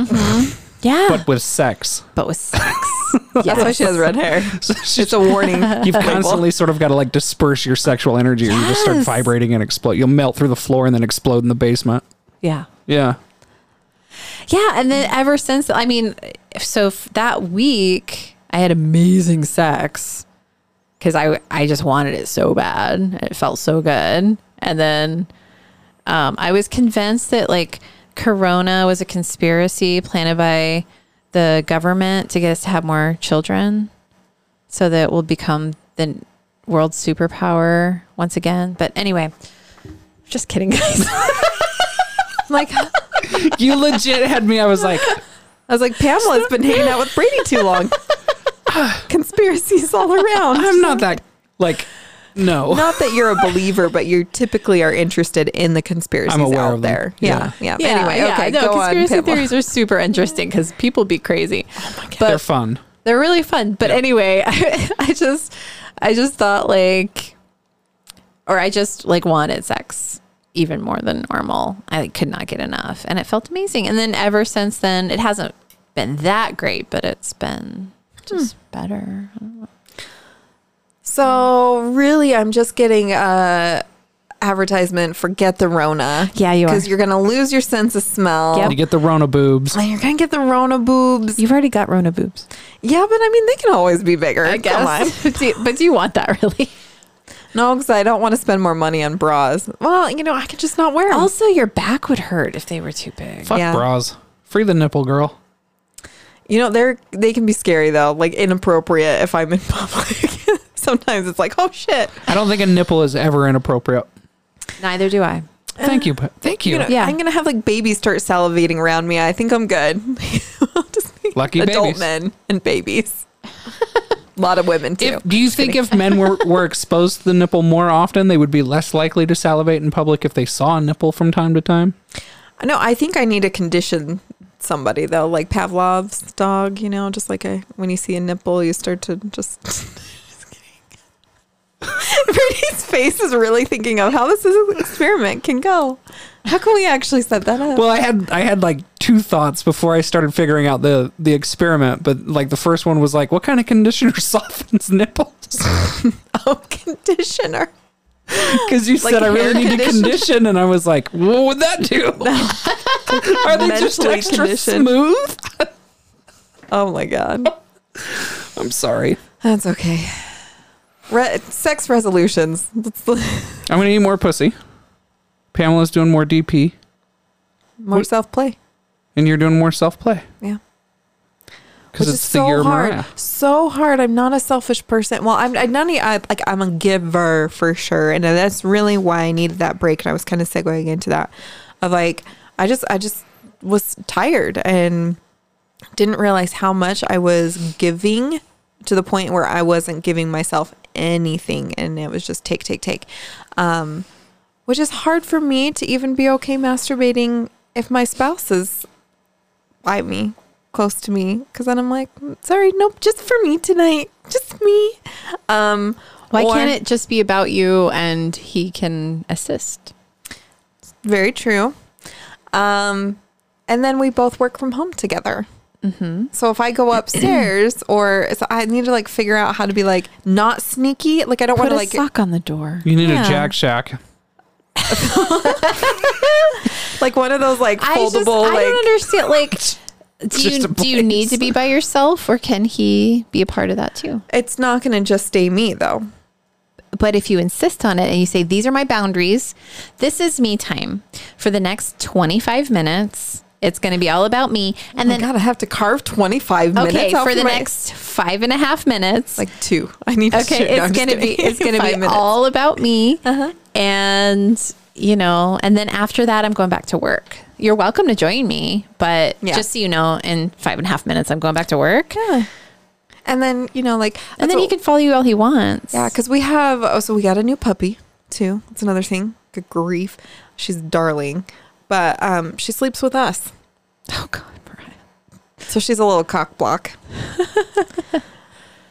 S4: yeah,
S6: But with sex,
S4: but with sex.
S5: That's why she has red hair. It's a warning.
S6: you've constantly sort of got to like disperse your sexual energy, or you just start
S4: Yes.
S6: vibrating and explode. You'll melt through the floor and then explode in the basement.
S4: yeah,
S6: Yeah.
S4: yeah, and then ever since, I mean, so f- that week I had amazing sex because I I just wanted it so bad. and It felt so good, and then um, I was convinced that like Corona was a conspiracy planted by the government to get us to have more children, so that we'll become the world superpower once again. But anyway, just kidding, guys.
S5: like I
S6: You legit had me. I was like,
S5: was like, Pamela's been hanging out with Brady too long. Conspiracies all around.
S6: I'm not that like No.
S5: Not that you're a believer, but you typically are interested in the conspiracies
S6: I'm aware
S5: out
S6: of them.
S5: there. Yeah, yeah. Anyway, okay,
S4: no,
S5: go on.
S4: conspiracy
S5: Pamela.
S4: theories are super interesting because people be crazy. but
S6: They're fun.
S4: Oh they're really fun. But anyway, I, I just I just thought like or I just like wanted sex even more than normal. I could not get enough and it felt amazing. And then ever since then it hasn't been that great, but it's been just better.
S5: So really, I'm just getting a advertisement for Get the Rona.
S4: Yeah, you are.
S5: because you're gonna lose your sense of smell.
S4: Yep.
S6: You get the Rona boobs.
S5: And you're gonna get the Rona boobs.
S4: You've already got Rona boobs.
S5: Yeah, but I mean they can always be bigger.
S4: I
S5: Come on.
S4: guess. do you, but do you want that really?
S5: No, because I don't want to spend more money on bras. Well, you know I could just not wear them.
S4: Also, your back would hurt if they were too big.
S6: Fuck
S5: Yeah.
S6: bras. Free the nipple, girl.
S5: You know they're they can be scary though, like inappropriate if I'm in public. Sometimes it's like oh shit.
S6: I don't think a nipple is ever inappropriate.
S4: Neither do I.
S6: Thank you. but- Thank you.
S5: You know,
S4: Yeah.
S5: I'm gonna have like babies start salivating around me. I think I'm good. Just
S6: Lucky
S5: adult
S6: babies.
S5: men and babies. A lot of women too.
S6: If, do you think if men were, were exposed to the nipple more often, they would be less likely to salivate in public if they saw a nipple from time to time?
S5: No, I think I need to condition somebody though, like Pavlov's dog. You know, just like a when you see a nipple, you start to just. Just kidding. Brittany's face is really thinking of how this is- experiment can go. How can we actually set that up?
S6: Well, I had I had like two thoughts before I started figuring out the the experiment, but like the first one was like, what kind of conditioner softens nipples?
S5: oh, conditioner.
S6: Because you
S5: Like
S6: said I really
S5: hair
S6: need to
S5: condition?
S6: condition, and I was like, what would that do? Are they just
S5: Mentally
S6: extra
S5: conditioned.
S6: smooth?
S5: Oh my god,
S6: I'm sorry.
S5: that's okay. Re- sex resolutions. Let's l-
S6: I'm gonna eat more pussy. Pamela's doing more DP,
S5: More
S6: What-
S5: self play.
S6: and you're doing more self play
S5: Yeah.
S6: because
S5: Which
S6: it's
S5: is
S6: the year of
S5: hard.
S6: Mariah.
S5: So hard. I'm not a selfish person. Well, I'm, I'm not. a- I, like I'm a giver for sure, and that's really why I needed that break. And I was kind of segueing into that, of like I just I just was tired and didn't realize how much I was giving to the point where I wasn't giving myself anything, and it was just take take take, um, which is hard for me to even be okay masturbating if my spouse is by me, close to me, because then I'm like, sorry, nope, just for me tonight, just me. Um,
S4: Why
S5: or-
S4: can't it just be about you and he can assist?
S5: Very true. Um, and then we both work from home together. So if I go upstairs, or so I need to like figure out how to be like not sneaky. Like I don't want to like
S4: sock on the door.
S6: You need
S5: Yeah.
S6: a Jack Shack.
S5: like one of those like
S4: I
S5: foldable
S4: just I don't
S5: like.
S4: understand. Like, do you
S6: just a
S4: do you need to be by yourself, or can he be a part of that too?
S5: It's not going to just stay me though.
S4: But if you insist on it and you say these are my boundaries, this is me time for the next twenty five minutes. It's going to be all about me, and
S5: Then
S4: then
S5: Oh God, I have to carve twenty five minutes
S4: okay
S5: out
S4: for the
S5: my-
S4: next five and a half minutes.
S5: like two. I need to
S4: okay,
S5: shoot. No, I'm
S4: it's
S5: just
S4: gonna be
S5: kidding.
S4: it's gonna be
S5: Five minutes. Uh-huh.
S4: all about me, and you know, and then after that, I'm going back to work. You're welcome to join me, but
S5: Yeah.
S4: just so you know, in five and a half minutes, I'm going back to work,
S5: Yeah. And then you know, like,
S4: and then he can follow you all he wants.
S5: Yeah, because we have. Oh, so we got a new puppy too. That's another thing. Good grief, she's darling, but um, she sleeps with us,
S4: oh God, Mariah.
S5: so she's a little cock block.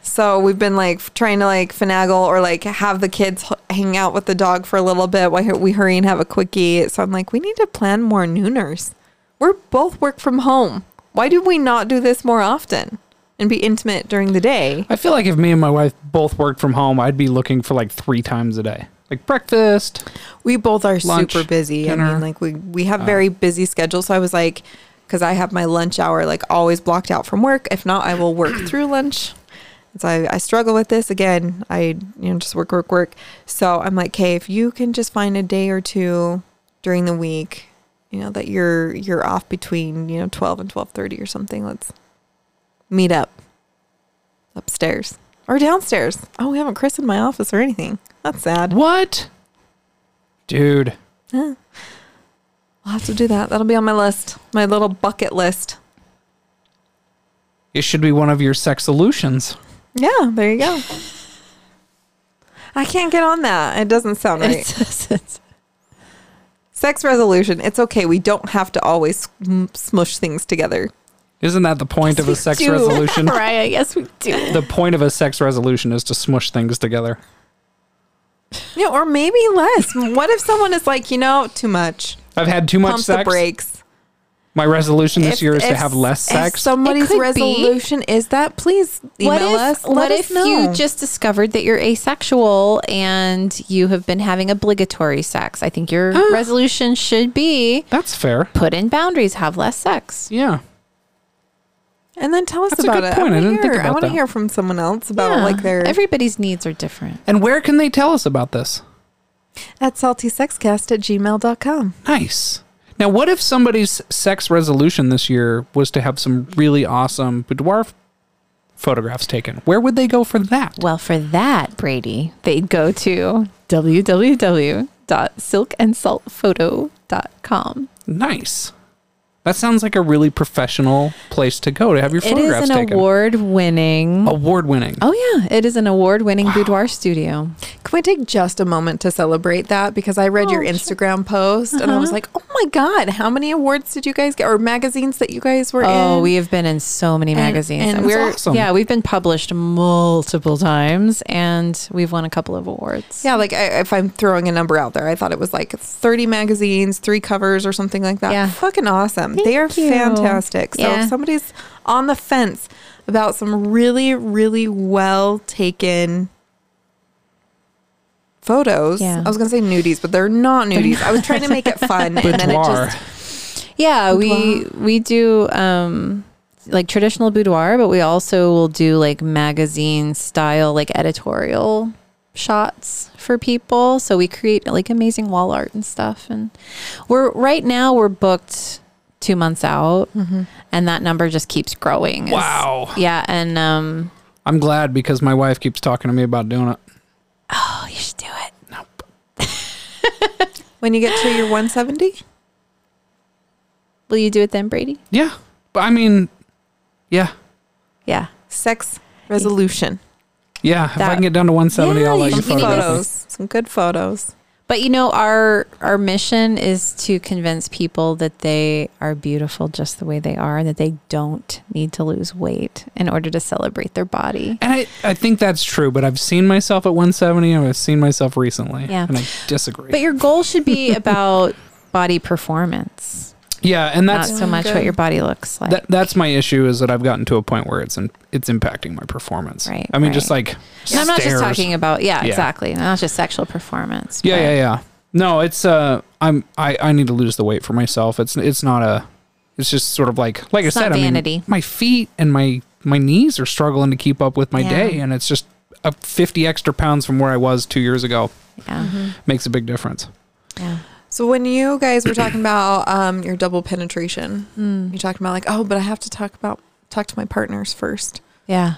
S5: so we've been like trying to like finagle or like have the kids h- hang out with the dog for a little bit while hu- we hurry and have a quickie. So I'm like, we need to plan more nooners. We're both work from home. Why do we not do this more often and be intimate during the day?
S6: I feel like if me and my wife both worked from home, I'd be looking for like three times a day, like breakfast.
S5: We both are
S6: Lunch,
S5: super busy. I
S6: dinner. Uh,
S5: mean, like we we have very busy schedules. So I was like, because I have my lunch hour like always blocked out from work. If not, I will work through lunch. And So I, I struggle with this again. I you know just work work work. So I'm like, hey, if you can just find a day or two during the week, you know that you're you're off between you know 12 and 12:30 or something. Let's meet up upstairs or downstairs. Oh, we haven't christened my office or anything. That's sad.
S6: What, dude?
S5: I'll have to do that. That'll be on my list, my little bucket list.
S6: It should be one of your sex solutions.
S5: Yeah, there you go. I can't get on that. It doesn't sound right.
S4: It doesn't.
S5: Sex resolution. It's okay. We don't have to always sm- smush things together.
S6: Isn't that the point of a sex
S4: Do-
S6: resolution?
S4: Mariah, yes, we do.
S6: The point of a sex resolution is to smush things together.
S5: Yeah, or maybe less. what if someone is like, you know, too much?
S6: I've had too much
S5: Pump the
S6: sex.
S5: brakes.
S6: My resolution this
S5: If-
S6: year is to
S5: if-
S6: have less
S5: if
S6: sex.
S5: somebody's
S4: could be.
S5: resolution is that, please email
S4: What if,
S5: us. Let
S4: what
S5: us
S4: if
S5: know.
S4: you just discovered that you're asexual and you have been having obligatory sex? I think your resolution should be
S6: That's fair.
S4: put in boundaries, have less sex.
S6: Yeah.
S5: and then tell us
S6: That's a
S5: about
S6: good
S5: it.
S6: point. I
S5: I
S6: didn't think about
S5: want to
S6: that.
S5: hear from someone else about
S4: Yeah.
S5: like their
S4: everybody's needs are different.
S6: And where can they tell us about this?
S5: at saltysexcast at gmail.com.
S6: Nice. Now, what if somebody's sex resolution this year was to have some really awesome boudoir photographs taken? Where would they go for that?
S4: Well, for that, Brady, they'd go to www.silkandsaltphoto.com.
S6: Nice. That sounds like a really professional place to go to have your
S4: It is
S6: photographs
S4: an
S6: taken.
S4: award winning.
S6: Award winning.
S4: Oh, yeah. It is an award winning boudoir studio.
S5: Can we take just a moment to celebrate that? Because I read
S4: Oh,
S5: your Instagram post and I
S4: Uh-huh.
S5: was like, oh my God, how many awards did you guys get or magazines that you guys were in?
S4: Oh, we have been in so many
S5: And-
S4: magazines.
S5: and-
S4: we're
S6: That's awesome.
S4: yeah, we've been published multiple times, and we've won a couple of awards.
S5: Yeah, like I, if I'm throwing a number out there, I thought it was like 30 magazines, three covers, or something like that.
S4: Yeah.
S5: Fucking awesome. they
S4: Thank
S5: are
S4: you.
S5: fantastic. So
S4: Yeah.
S5: if somebody's on the fence about some really, really well taken photos,
S4: Yeah.
S5: I was going to say nudies, but they're not nudies. I was trying to make it fun. and then it
S6: Boudoir.
S5: just,
S4: Yeah, we we do um like traditional boudoir, but we also will do like magazine style like editorial shots for people. So we create like amazing wall art and stuff and we're right now we're booked 2 months out and that number just keeps growing. It's-
S6: Wow.
S4: yeah, and um
S6: I'm glad because my wife keeps talking to me about doing it.
S4: oh, you should do it.
S5: when you get to your 170,
S4: Will you do it then, Brady?
S6: Yeah. But I mean, yeah.
S4: Yeah.
S5: sex resolution.
S6: Yeah. if I
S4: That-
S6: can get down to 170,
S4: Yeah,
S6: I'll let
S4: you
S6: you
S4: should
S6: photograph me.
S5: Photos, some good photos.
S4: But you know, our our mission is to convince people that they are beautiful just the way they are, and that they don't need to lose weight in order to celebrate their body.
S6: And I, I think that's true, but I've seen myself at 170 and I've seen myself recently.
S4: Yeah.
S6: And I disagree.
S4: But your goal should be about body performance,
S6: yeah. And
S4: not
S6: that's,
S4: so much what your body looks like.
S6: that, that's my issue is that I've gotten to a point where it's in, it's impacting my performance.
S4: Right,
S6: I mean, just
S4: right.
S6: like,
S4: and I'm not
S6: stairs.
S4: just talking about yeah,
S6: Yeah.
S4: exactly. Not just sexual performance.
S6: Yeah.
S4: but-
S6: Yeah. Yeah. No, it's, uh, I'm, I, I need to lose the weight for myself. It's, it's not a, it's just sort of like, like
S4: It's
S6: I
S4: not
S6: said, I mean,
S4: vanity.
S6: my feet and my, my knees are struggling to keep up with my
S4: Yeah.
S6: day. And it's just uh, 50 extra pounds from where I was two years ago
S4: yeah,
S5: Mm-hmm.
S6: makes a big difference.
S4: yeah.
S5: So when you guys were talking about um, your double penetration, you talked about like, oh, but I have to talk about talk to my partners first.
S4: yeah.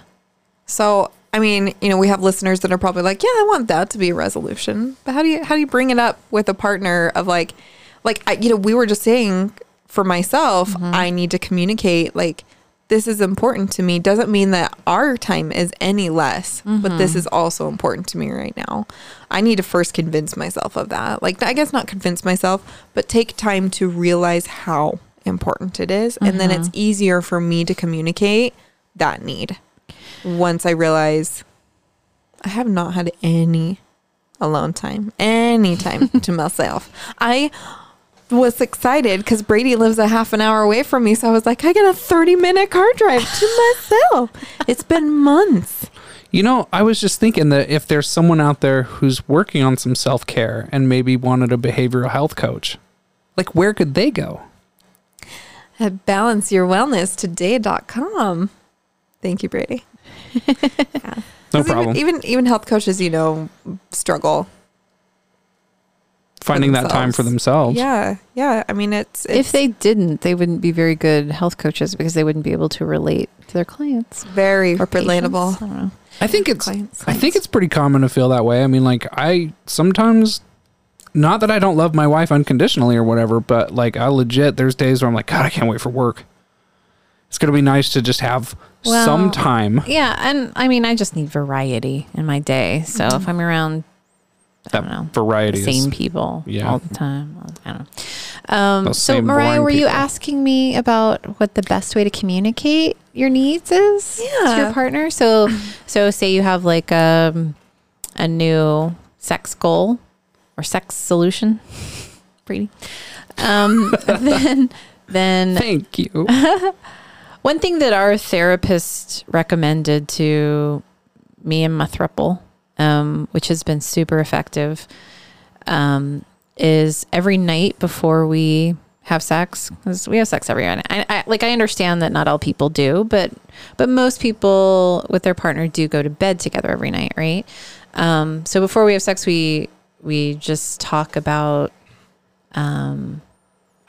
S5: So I mean, you know, we have listeners that are probably like, yeah, I want that to be a resolution, but how do you how do you bring it up with a partner of like, like I, you know, we were just saying for myself, I need to communicate like. This is important to me. Doesn't mean that our time is any less, but this is also important to me right now. I need to first convince myself of that. Like, I guess not convince myself, but take time to realize how important it is. And then it's easier for me to communicate that need once I realize I have not had any alone time, any time to myself. I was excited because Brady lives a half an hour away from me. So I was like, I got a 30 minute car drive to myself. it's been months.
S6: You know, I was just thinking that if there's someone out there who's working on some self care and maybe wanted a behavioral health coach, like where could they go?
S5: At balanceyourwellnesstoday.com. Thank you, Brady.
S6: No
S5: 'Cause even-
S6: problem.
S5: Even, even health coaches, you know, struggle.
S6: Finding that time for themselves.
S5: Yeah, yeah. I mean, it's, it's
S4: If they didn't, they wouldn't be very good health coaches because they wouldn't be able to relate to their clients
S5: very
S4: or patients.
S5: relatable.
S4: I don't know.
S6: I think it's
S5: Clients.
S6: I think it's pretty common to feel that way. I mean, like I sometimes not that I don't love my wife unconditionally or whatever, but like I legit there's days where I'm like, God, I can't wait for work. It's going to be nice to just have
S4: Well,
S6: some time
S4: Yeah, and I mean, I just need variety in my day. So if I'm around
S6: that
S4: know.
S6: variety
S4: the
S6: is
S4: same people
S6: Yeah.
S4: all the time, I don't know. Um,
S6: Those
S4: so
S6: same
S4: Mariah,
S6: boring
S4: were you
S6: people.
S4: asking me about what the best way to communicate your needs is to
S5: Yeah.
S4: your partner? So, so say you have like um, a new sex goal or sex solution, Brady. Um, then, then
S6: Thank you.
S4: one thing that our therapist recommended to me and my thruple, um, which has been super effective, um, is every night before we have sex, because we have sex every night. I, I, like I understand that not all people do, but but most people with their partner do go to bed together every night, right? Um, so before we have sex, we we just talk about um,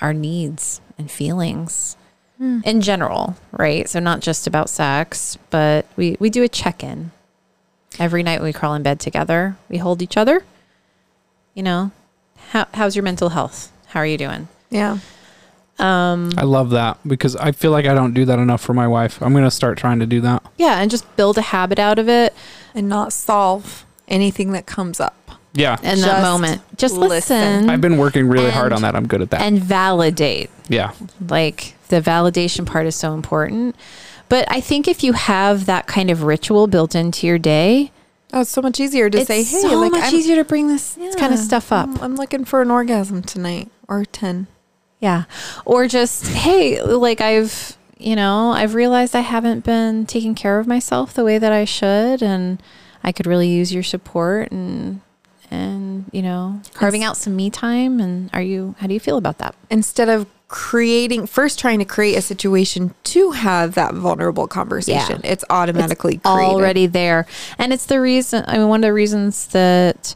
S4: our needs and feelings
S5: Mm.
S4: in general, right? So not just about sex, but we we do a check-in. Every night we crawl in bed together. We hold each other. You know, how how's your mental health? How are you doing?
S5: Yeah.
S4: Um
S6: I love that because I feel like I don't do that enough for my wife. I'm going to start trying to do that.
S4: yeah, and just build a habit out of it
S5: And not solve anything that comes up.
S6: Yeah.
S4: in
S5: Just
S4: that moment. Just listen,
S5: listen.
S6: I've been working really hard
S4: and-
S6: on that. I'm good at that.
S4: and validate.
S6: yeah.
S4: Like the validation part is so important. But I think if you have that kind of ritual built into your day,
S5: Oh, it's so much easier to
S4: it's
S5: say, hey,
S4: so
S5: like,
S4: much
S5: I'm,
S4: easier to bring this kind of
S5: Yeah,
S4: stuff up.
S5: I'm, I'm looking for an orgasm tonight or 10.
S4: Yeah. Or just, hey, like I've, you know, I've realized I haven't been taking care of myself the way that I should and I could really use your support and and, you know, carving out some me time and are you how do you feel about that?
S5: Instead of creating, first trying to create a situation to have that vulnerable conversation, it's automatically created.
S4: already there. And it's the reason, I mean, one of the reasons that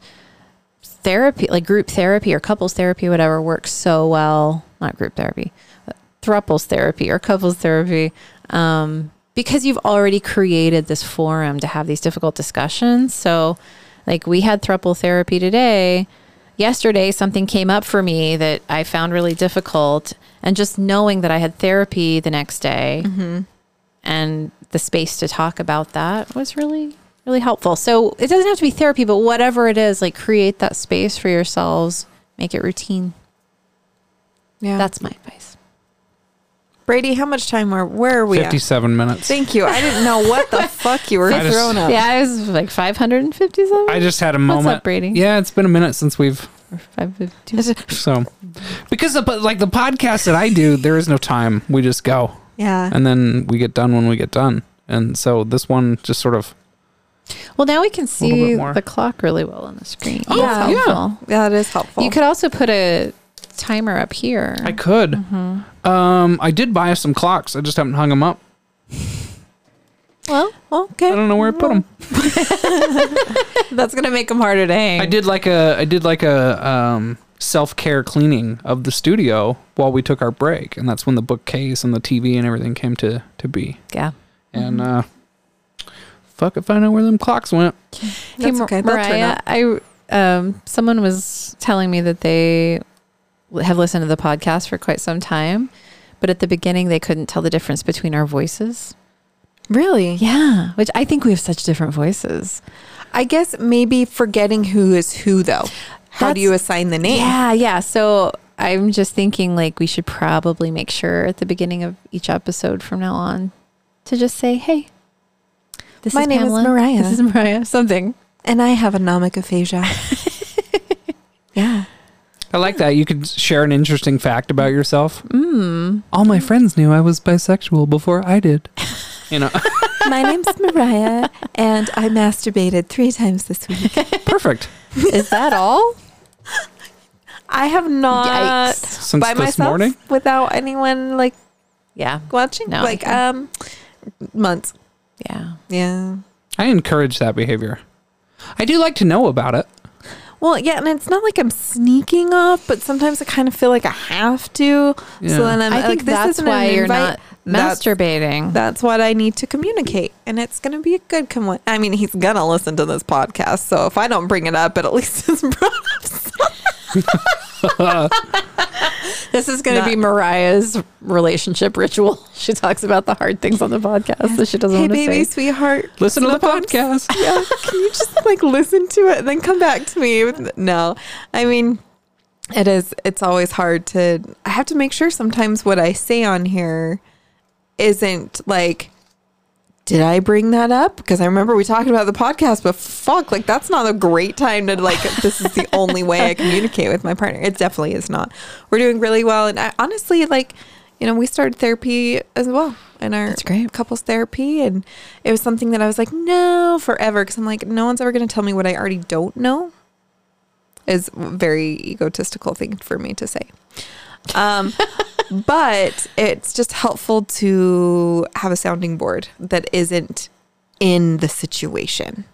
S4: therapy, like group therapy or couples therapy, whatever, works so well, not group therapy, but thruples therapy or couples therapy, um, because you've already created this forum to have these difficult discussions. So, like, we had thruple therapy today. Yesterday, something came up for me that I found really difficult. And just knowing that I had therapy the next day, and the space to talk about that was really really helpful so it doesn't have to be therapy but whatever it is like create that space for yourselves make it routine
S5: Yeah.
S4: that's my advice
S5: Brady, how much time are, where are we at?
S6: 57 minutes.
S5: Thank you. I didn't know what the fuck you were
S6: I just-
S5: throwing up.
S4: yeah i was like 557
S6: I just had a
S4: What's
S6: moment.
S4: up, Brady?
S6: Yeah, it's been a minute since we've
S4: Or 552.
S6: so because the, but like the podcast that I do, there is no time. We just go,
S5: Yeah.
S6: and then we get done when we get done. And so this one just sort of
S4: well now we can
S6: bit
S4: see
S6: more.
S4: the clock really well on the screen
S6: Oh,
S4: That's
S6: yeah.
S4: helpful.
S5: That is helpful.
S4: you could also put a timer up here
S6: I could.
S4: Mm-hmm.
S6: Um, I did buy us some clocks. I just haven't hung them up.
S4: well
S6: I
S5: okay.
S6: don't know where I put them.
S4: that's gonna make them harder to hang
S6: I did like a I did like a um, self care cleaning of the studio while we took our break, and that's when the bookcase and the TV and everything came to to be.
S4: yeah
S6: And uh, fuck if I know where them clocks went.
S4: Hey,
S5: That's
S4: Mar-
S5: okay. They'll turn
S4: Mariah,
S5: up.
S4: I um, someone was telling me that they w- have listened to the podcast for quite some time, but at the beginning they couldn't tell the difference between our voices.
S5: Really?
S4: Yeah, which I think we have such different voices.
S5: I guess maybe forgetting who is who though. How do
S4: That's-
S5: you assign the name?
S4: Yeah, yeah. So I'm just thinking like we should probably make sure at the beginning of each episode from now on to just say, "Hey, this
S5: My
S4: is
S5: name is
S4: Pamela.
S5: Mariah."
S4: This is Mariah." Something.
S5: And I have a nomic aphasia. yeah.
S6: I like that. You could share an interesting fact about yourself. Mm. All my friends knew I was bisexual before I did. You know,
S5: My name's Mariah and I masturbated three times this week.
S6: perfect.
S4: Is that all?
S5: I have not
S4: Yikes.
S6: Since
S5: by
S6: this
S5: myself
S6: morning?
S5: without anyone like
S4: Yeah.
S5: watching.
S4: No, I
S5: like
S4: think-
S5: um months.
S4: Yeah.
S5: Yeah.
S6: I encourage that behavior. I do like to know about it.
S5: Well, yeah, and it's not like I'm sneaking up, but sometimes I kind of feel like I have to.
S6: Yeah.
S5: So then I'm
S4: I
S5: like,
S4: think
S5: this
S4: Um, that's
S5: isn't
S4: why
S5: an
S4: you're
S5: invite.
S4: not
S5: That's-
S4: masturbating.
S5: That's what I need to communicate. And it's going to be a good com- I mean, he's going to listen to this podcast. So if I don't bring it up, but at least it's brought up.
S4: This is going to be Mariah's relationship ritual. She talks about the hard things on the podcast that she doesn't
S5: Hey,
S4: want to
S5: baby,
S4: say.
S5: sweetheart.
S6: Listen to the
S5: sometimes-
S6: podcast.
S5: Yeah, can you just like listen to it and then come back to me? With, no, I mean, it is. It's always hard to. I have to make sure sometimes what I say on here isn't like. Did I bring that up? Because I remember we talked about the podcast, but fuck, like that's not a great time to like. This is the only way I communicate with my partner. It definitely is not. We're doing really well, and I, honestly, like, you know, we started therapy as well in our
S4: That's great.
S5: couples therapy and it was something that I was like, no, forever. Cause I'm like, no one's ever going to tell me what I already don't know is a very egotistical thing for me to say. Um, but it's just helpful to have a sounding board that isn't in the situation.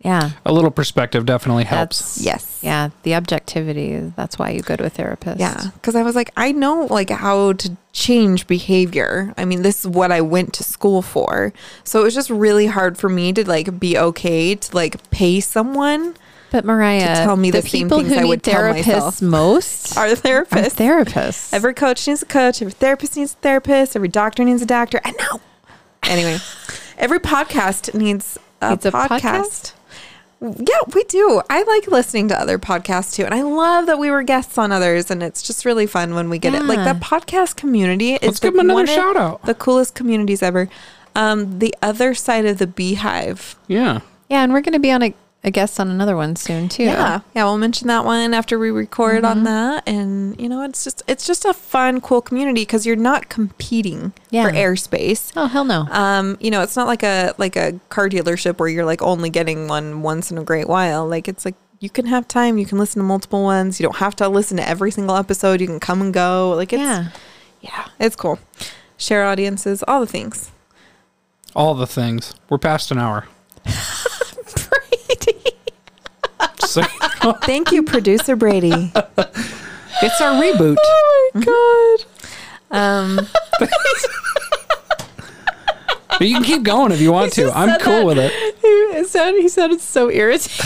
S4: Yeah.
S6: A little perspective definitely helps.
S4: That's,
S5: Yes.
S4: Yeah. The objectivity. That's why you go to a therapist.
S5: Yeah, because I was like, I know like how to change behavior. I mean, this is what I went to school for. So it was just really hard for me to like be okay to like pay someone
S4: But Mariah,
S5: To tell me
S4: the,
S5: the same
S4: people
S5: things
S4: who
S5: I
S4: need
S5: would tell myself.
S4: therapists most
S5: our
S4: are
S5: therapist.
S4: therapists.
S5: every coach needs a coach. Every therapist needs a therapist. Every doctor needs a doctor. I know. Anyway, every podcast needs a,
S4: Needs a
S5: podcast. Yeah, we do. I like listening to other podcasts too. And I love that we were guests on others. And it's just really fun when we get it. Like
S4: Yeah.
S5: that podcast community is
S6: Let's
S5: the
S6: give 'em another
S5: one of
S6: shout out.
S5: The coolest communities ever. Um, the other side of the beehive.
S6: Yeah.
S4: yeah. And we're going to be on a, a guest on another one soon, too.
S5: Yeah. Yeah, we'll mention that one after we
S4: Mm-hmm.
S5: record on that and you know, it's just it's just a fun cool community cuz you're not competing
S4: Yeah.
S5: for airspace.
S4: Oh, hell no.
S5: Um, you know, it's not like a like a car dealership where you're like only getting one once in a great while. Like it's like you can have time, you can listen to multiple ones. You don't have to listen to every single episode. You can come and go. Like it's
S4: yeah.
S5: yeah, it's cool. Share audiences, all the things.
S6: All the things. We're past an hour. So,
S5: Thank you, producer Brady.
S6: it's our reboot. Mm-hmm.
S5: Um,
S6: But you can keep going if you want to. I'm cool with it.
S4: It sounded, he sounded so irritated.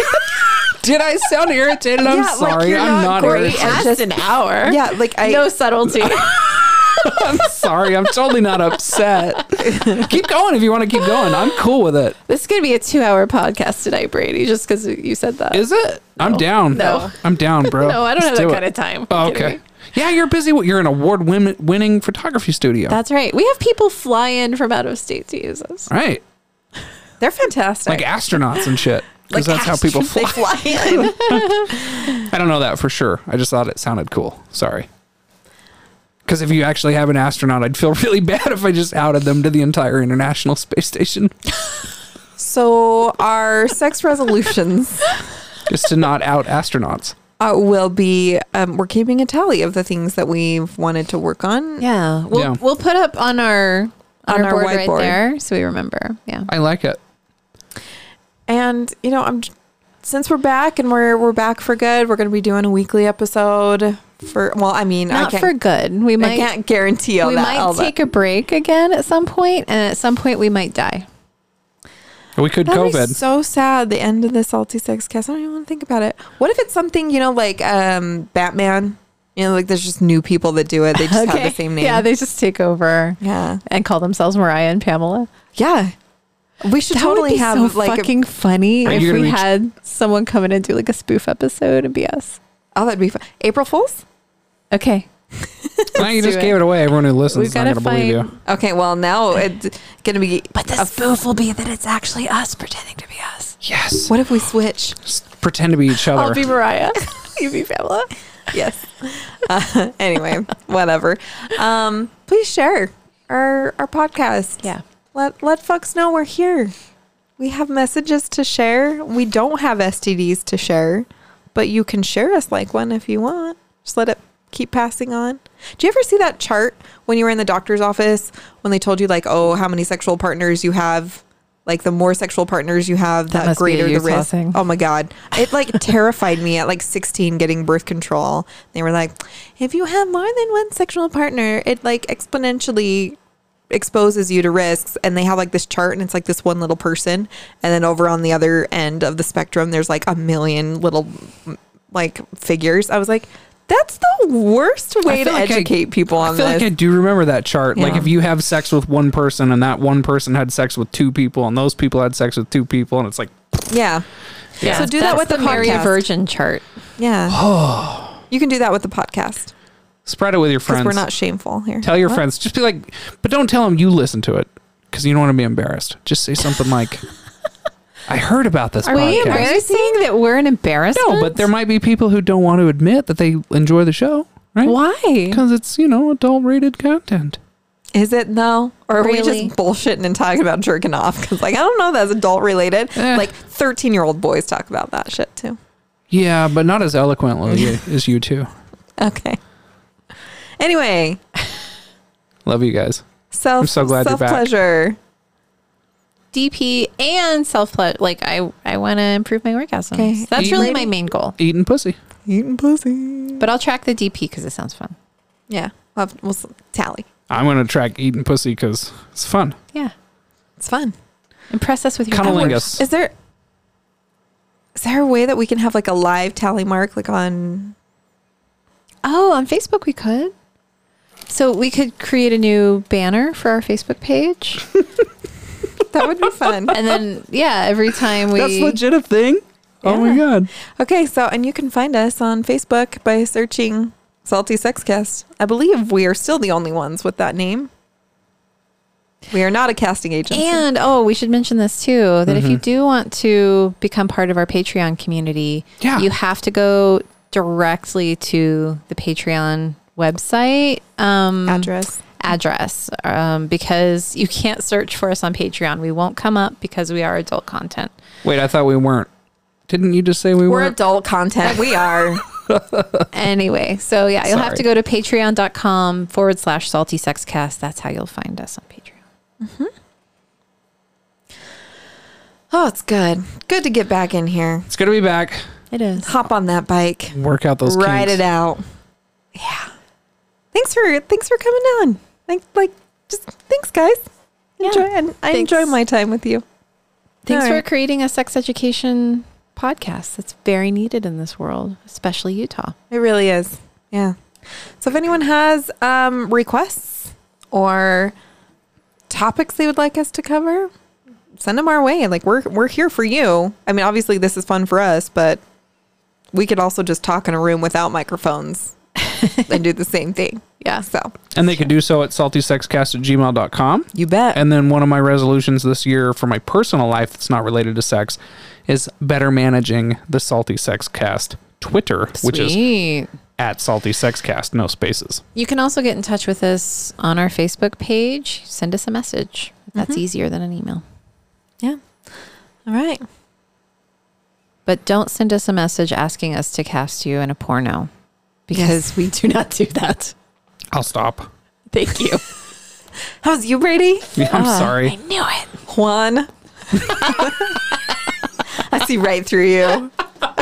S6: Did I sound irritated? I'm
S5: Yeah, like
S6: sorry.
S5: you're not
S6: I'm not,
S5: great
S6: irritated.
S5: at-
S4: Just an hour.
S5: yeah, like I
S4: no subtlety.
S6: I'm sorry. I'm totally not upset. keep going if you want to keep going. I'm cool with it.
S4: this is going to be a two hour podcast tonight, Brady, just because you said that.
S6: Is it? I'm down.
S4: No.
S6: I'm down, bro.
S4: no, I don't
S6: Let's
S4: have
S6: do
S4: that
S6: it.
S4: kind of time.
S6: Oh,
S4: Kidding
S6: okay.
S4: me.
S6: Yeah, you're busy. with- You're an award win- winning photography studio.
S4: That's right. We have people fly in from out of state to use us.
S6: right.
S5: they're fantastic.
S6: Like astronauts and shit. Because that's how people
S5: astronauts, they
S6: fly.
S5: in.
S6: I don't know that for sure. I just thought it sounded cool. Sorry. Because if you actually have an astronaut, I'd feel really bad if I just outed them to the entire International Space Station
S5: so our sex resolutions.
S6: just to not out astronauts.
S5: uh, will be um, we're keeping a tally of the things that we've wanted to work on.
S4: Yeah. We'll,
S6: Yeah.
S4: we'll put up on our. On,
S5: On
S4: our,
S5: our
S4: board right
S5: whiteboard.
S4: there, so we remember. Yeah.
S6: I like it.
S5: And you know, I'm since we're back and we're we're back for good, we're going to be doing a weekly episode for well, I mean, I
S4: Not
S5: can't
S4: for good. We
S5: I
S4: might
S5: can't guarantee all
S4: we
S5: that. all
S4: might
S5: that.
S4: take a break again at some point, and at some point we might die.
S6: We could
S5: That'd be
S6: COVID.
S5: so sad. The end of the salty sex cast. I don't even want to think about it. What if it's something you know, like um, Batman? You know, like there's just new people that do it. They just have the same name.
S4: Yeah, they just take over
S5: yeah,
S4: and call themselves Mariah and Pamela.
S5: yeah. We should totally have like
S4: fucking funny
S6: Are
S4: if
S6: you gonna
S4: we
S6: reach-
S4: had someone come in and do like a spoof episode and be us.
S5: oh, that'd be fun. April Fools.
S4: Okay,
S6: now you
S4: do
S6: just
S4: it.
S6: gave it away. Everyone who listens
S4: We've
S6: is not going
S4: gotta
S6: to believe
S4: find-
S6: you.
S5: Okay, well now it's gonna be. But
S4: the spoof will be that it's actually us pretending to be us.
S6: Yes.
S5: what if we switch?
S6: Just pretend to be each other.
S4: I'll be Mariah. you be Pamela.
S5: yes. Uh, anyway, whatever. Um, please share our our podcast.
S4: Yeah.
S5: Let let fucks know we're here. We have messages to share. We don't have STDs to share, but you can share us like one if you want. Just let it keep passing on. Do you ever see that chart when you were in the doctor's office when they told you like, oh, how many sexual partners you have? Like the more sexual partners you have, that,
S4: must be a
S5: greater the
S4: Utah
S5: risk.
S4: thing.
S5: Oh my god, it like terrified me at like 16 getting birth control. They were like, if you have more than one sexual partner, it like exponentially exposes you to risks. And they have like this chart, and it's like this one little person, and then over on the other end of the spectrum, there's like a million little like figures. I was like, That's the worst way to
S6: I feel like I-
S5: educate people on
S6: I feel
S5: this.
S6: like I do remember that chart. Like
S5: Yeah.
S6: if you have sex with one person and that one person had sex with two people and those people had sex with two people and it's like
S5: yeah. So do that
S4: That's
S5: with the,
S4: Mary
S5: podcast.
S4: Virgin chart.
S5: Yeah. Oh. You can do that with the podcast
S6: spread it with your
S5: because
S6: friends.
S5: we're not shameful here.
S6: Tell your
S5: What?
S6: friends. Just be like, but don't tell them you listen to it because you don't want to be embarrassed. Just say something like, "I heard about this."
S4: Are we
S6: podcast."
S4: embarrassing that we're an embarrassment?
S6: No, but there might be people who don't want to admit that they enjoy the show, right?
S4: Why?
S6: Because it's you know adult rated content.
S5: Is it though? Or are we
S4: Really?
S5: just bullshitting and talking about jerking off? Because, like, I don't know, that's adult related.
S6: Eh.
S5: Like, 13 year old boys talk about that shit too.
S6: Yeah, but not as eloquently as you two.
S5: Okay. Anyway,
S6: Love you guys.
S5: self,
S6: so glad you're
S5: self
S6: back.
S5: pleasure.
S4: DP and self pleasure. Like I, I want to improve my orgasms.
S5: Okay.
S4: That's
S6: Eat-
S4: really my main goal.
S6: Eating pussy.
S5: Eating pussy.
S4: But I'll track the DP because it sounds fun.
S5: Yeah. We'll, have, we'll s- tally.
S6: I'm gonna track eating pussy because it's fun.
S4: Yeah,
S5: It's fun.
S4: impress us with your
S6: Cunnilingus.
S4: numbers.
S5: Is there is there a way that we can have like a live tally mark like on
S4: Oh, on Facebook we could. So we could create a new banner for our Facebook page,
S5: that would be fun.
S4: and then yeah, every time we
S6: That's legit a thing. Oh my god.
S5: okay, so and you can find us on Facebook by searching Salty Sexcast. I believe we are still the only ones with that name. We are not a casting agency.
S4: And oh, we should mention this too that if
S6: Mm-hmm.
S4: you do want to become part of our Patreon community,
S6: Yeah.
S4: you have to go directly to the Patreon website um,
S5: address.
S4: address um, because you can't search for us on Patreon. We won't come up because we are adult content.
S6: Wait, I thought we weren't. Didn't you just say we
S5: We're
S6: weren't?
S5: adult content. We are.
S4: Anyway, so yeah, you'll have
S6: Sorry.
S4: to go to patreon.com forward slash salty sexcast. That's how you'll find us on Patreon.
S5: oh, it's good. Good to get back in here.
S6: It's gonna be back.
S4: It is.
S5: Hop on that bike.
S6: Work out those.
S5: Ride
S6: kinks.
S5: it out. Yeah. Thanks for thanks for coming on. Like like just thanks guys. Enjoy and I
S4: Thanks.
S5: enjoy my time with you.
S4: Thanks
S5: All
S4: for
S5: right.
S4: creating a sex education podcast that's very needed in this world, especially Utah.
S5: It really is. Yeah. So if anyone has um, requests or topics they would like us to cover, send them our way. Like we're we're here for you. I mean, obviously this is fun for us, but we could also just talk in a room without microphones and do the same thing.
S4: Yeah.
S5: So
S6: And they could do so at saltysexcast at gmail.com.
S5: you bet.
S6: And then one of my resolutions this year for my personal life that's not related to sex is better managing the Salty Sex Cast Twitter, which is
S4: Sweet.
S6: at Salty Sex Cast, no spaces.
S4: You can also get in touch with us on our Facebook page. Send us a message. That's easier than an email.
S5: yeah. All right.
S4: But don't send us a message asking us to cast you in a porno because we do not do that.
S6: I'll stop.
S4: Thank you.
S5: How's you, Brady?
S6: Yeah, I'm
S5: Ah.
S6: sorry.
S4: Knew it.
S5: Juan. I see right through you.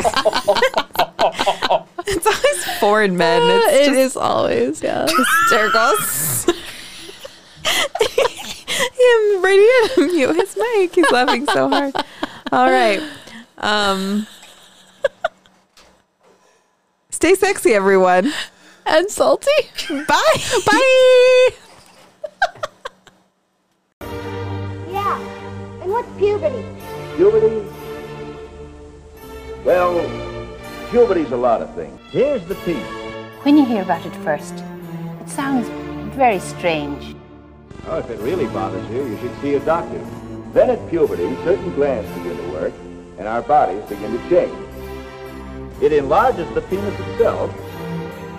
S5: it's always foreign men. It's just
S4: always, yeah.
S5: hysterical. Him, Brady had to mute his mic. He's laughing so hard. All right. Um, stay sexy, everyone.
S4: and salty.
S5: Bye. Bye.
S2: Yeah. And what's puberty?
S3: Puberty? Well, puberty's a lot of things. Here's the piece.
S7: When you hear about it first, it sounds very strange.
S3: Oh, if it really bothers you, you should see a doctor. Then at puberty, certain glands begin to work, and our bodies begin to change. It enlarges the penis itself.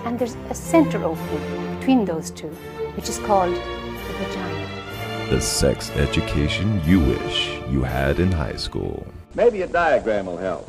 S7: And there's a center opening between those two, which is called the vagina.
S1: The sex education you wish you had in high school.
S3: Maybe a diagram will help.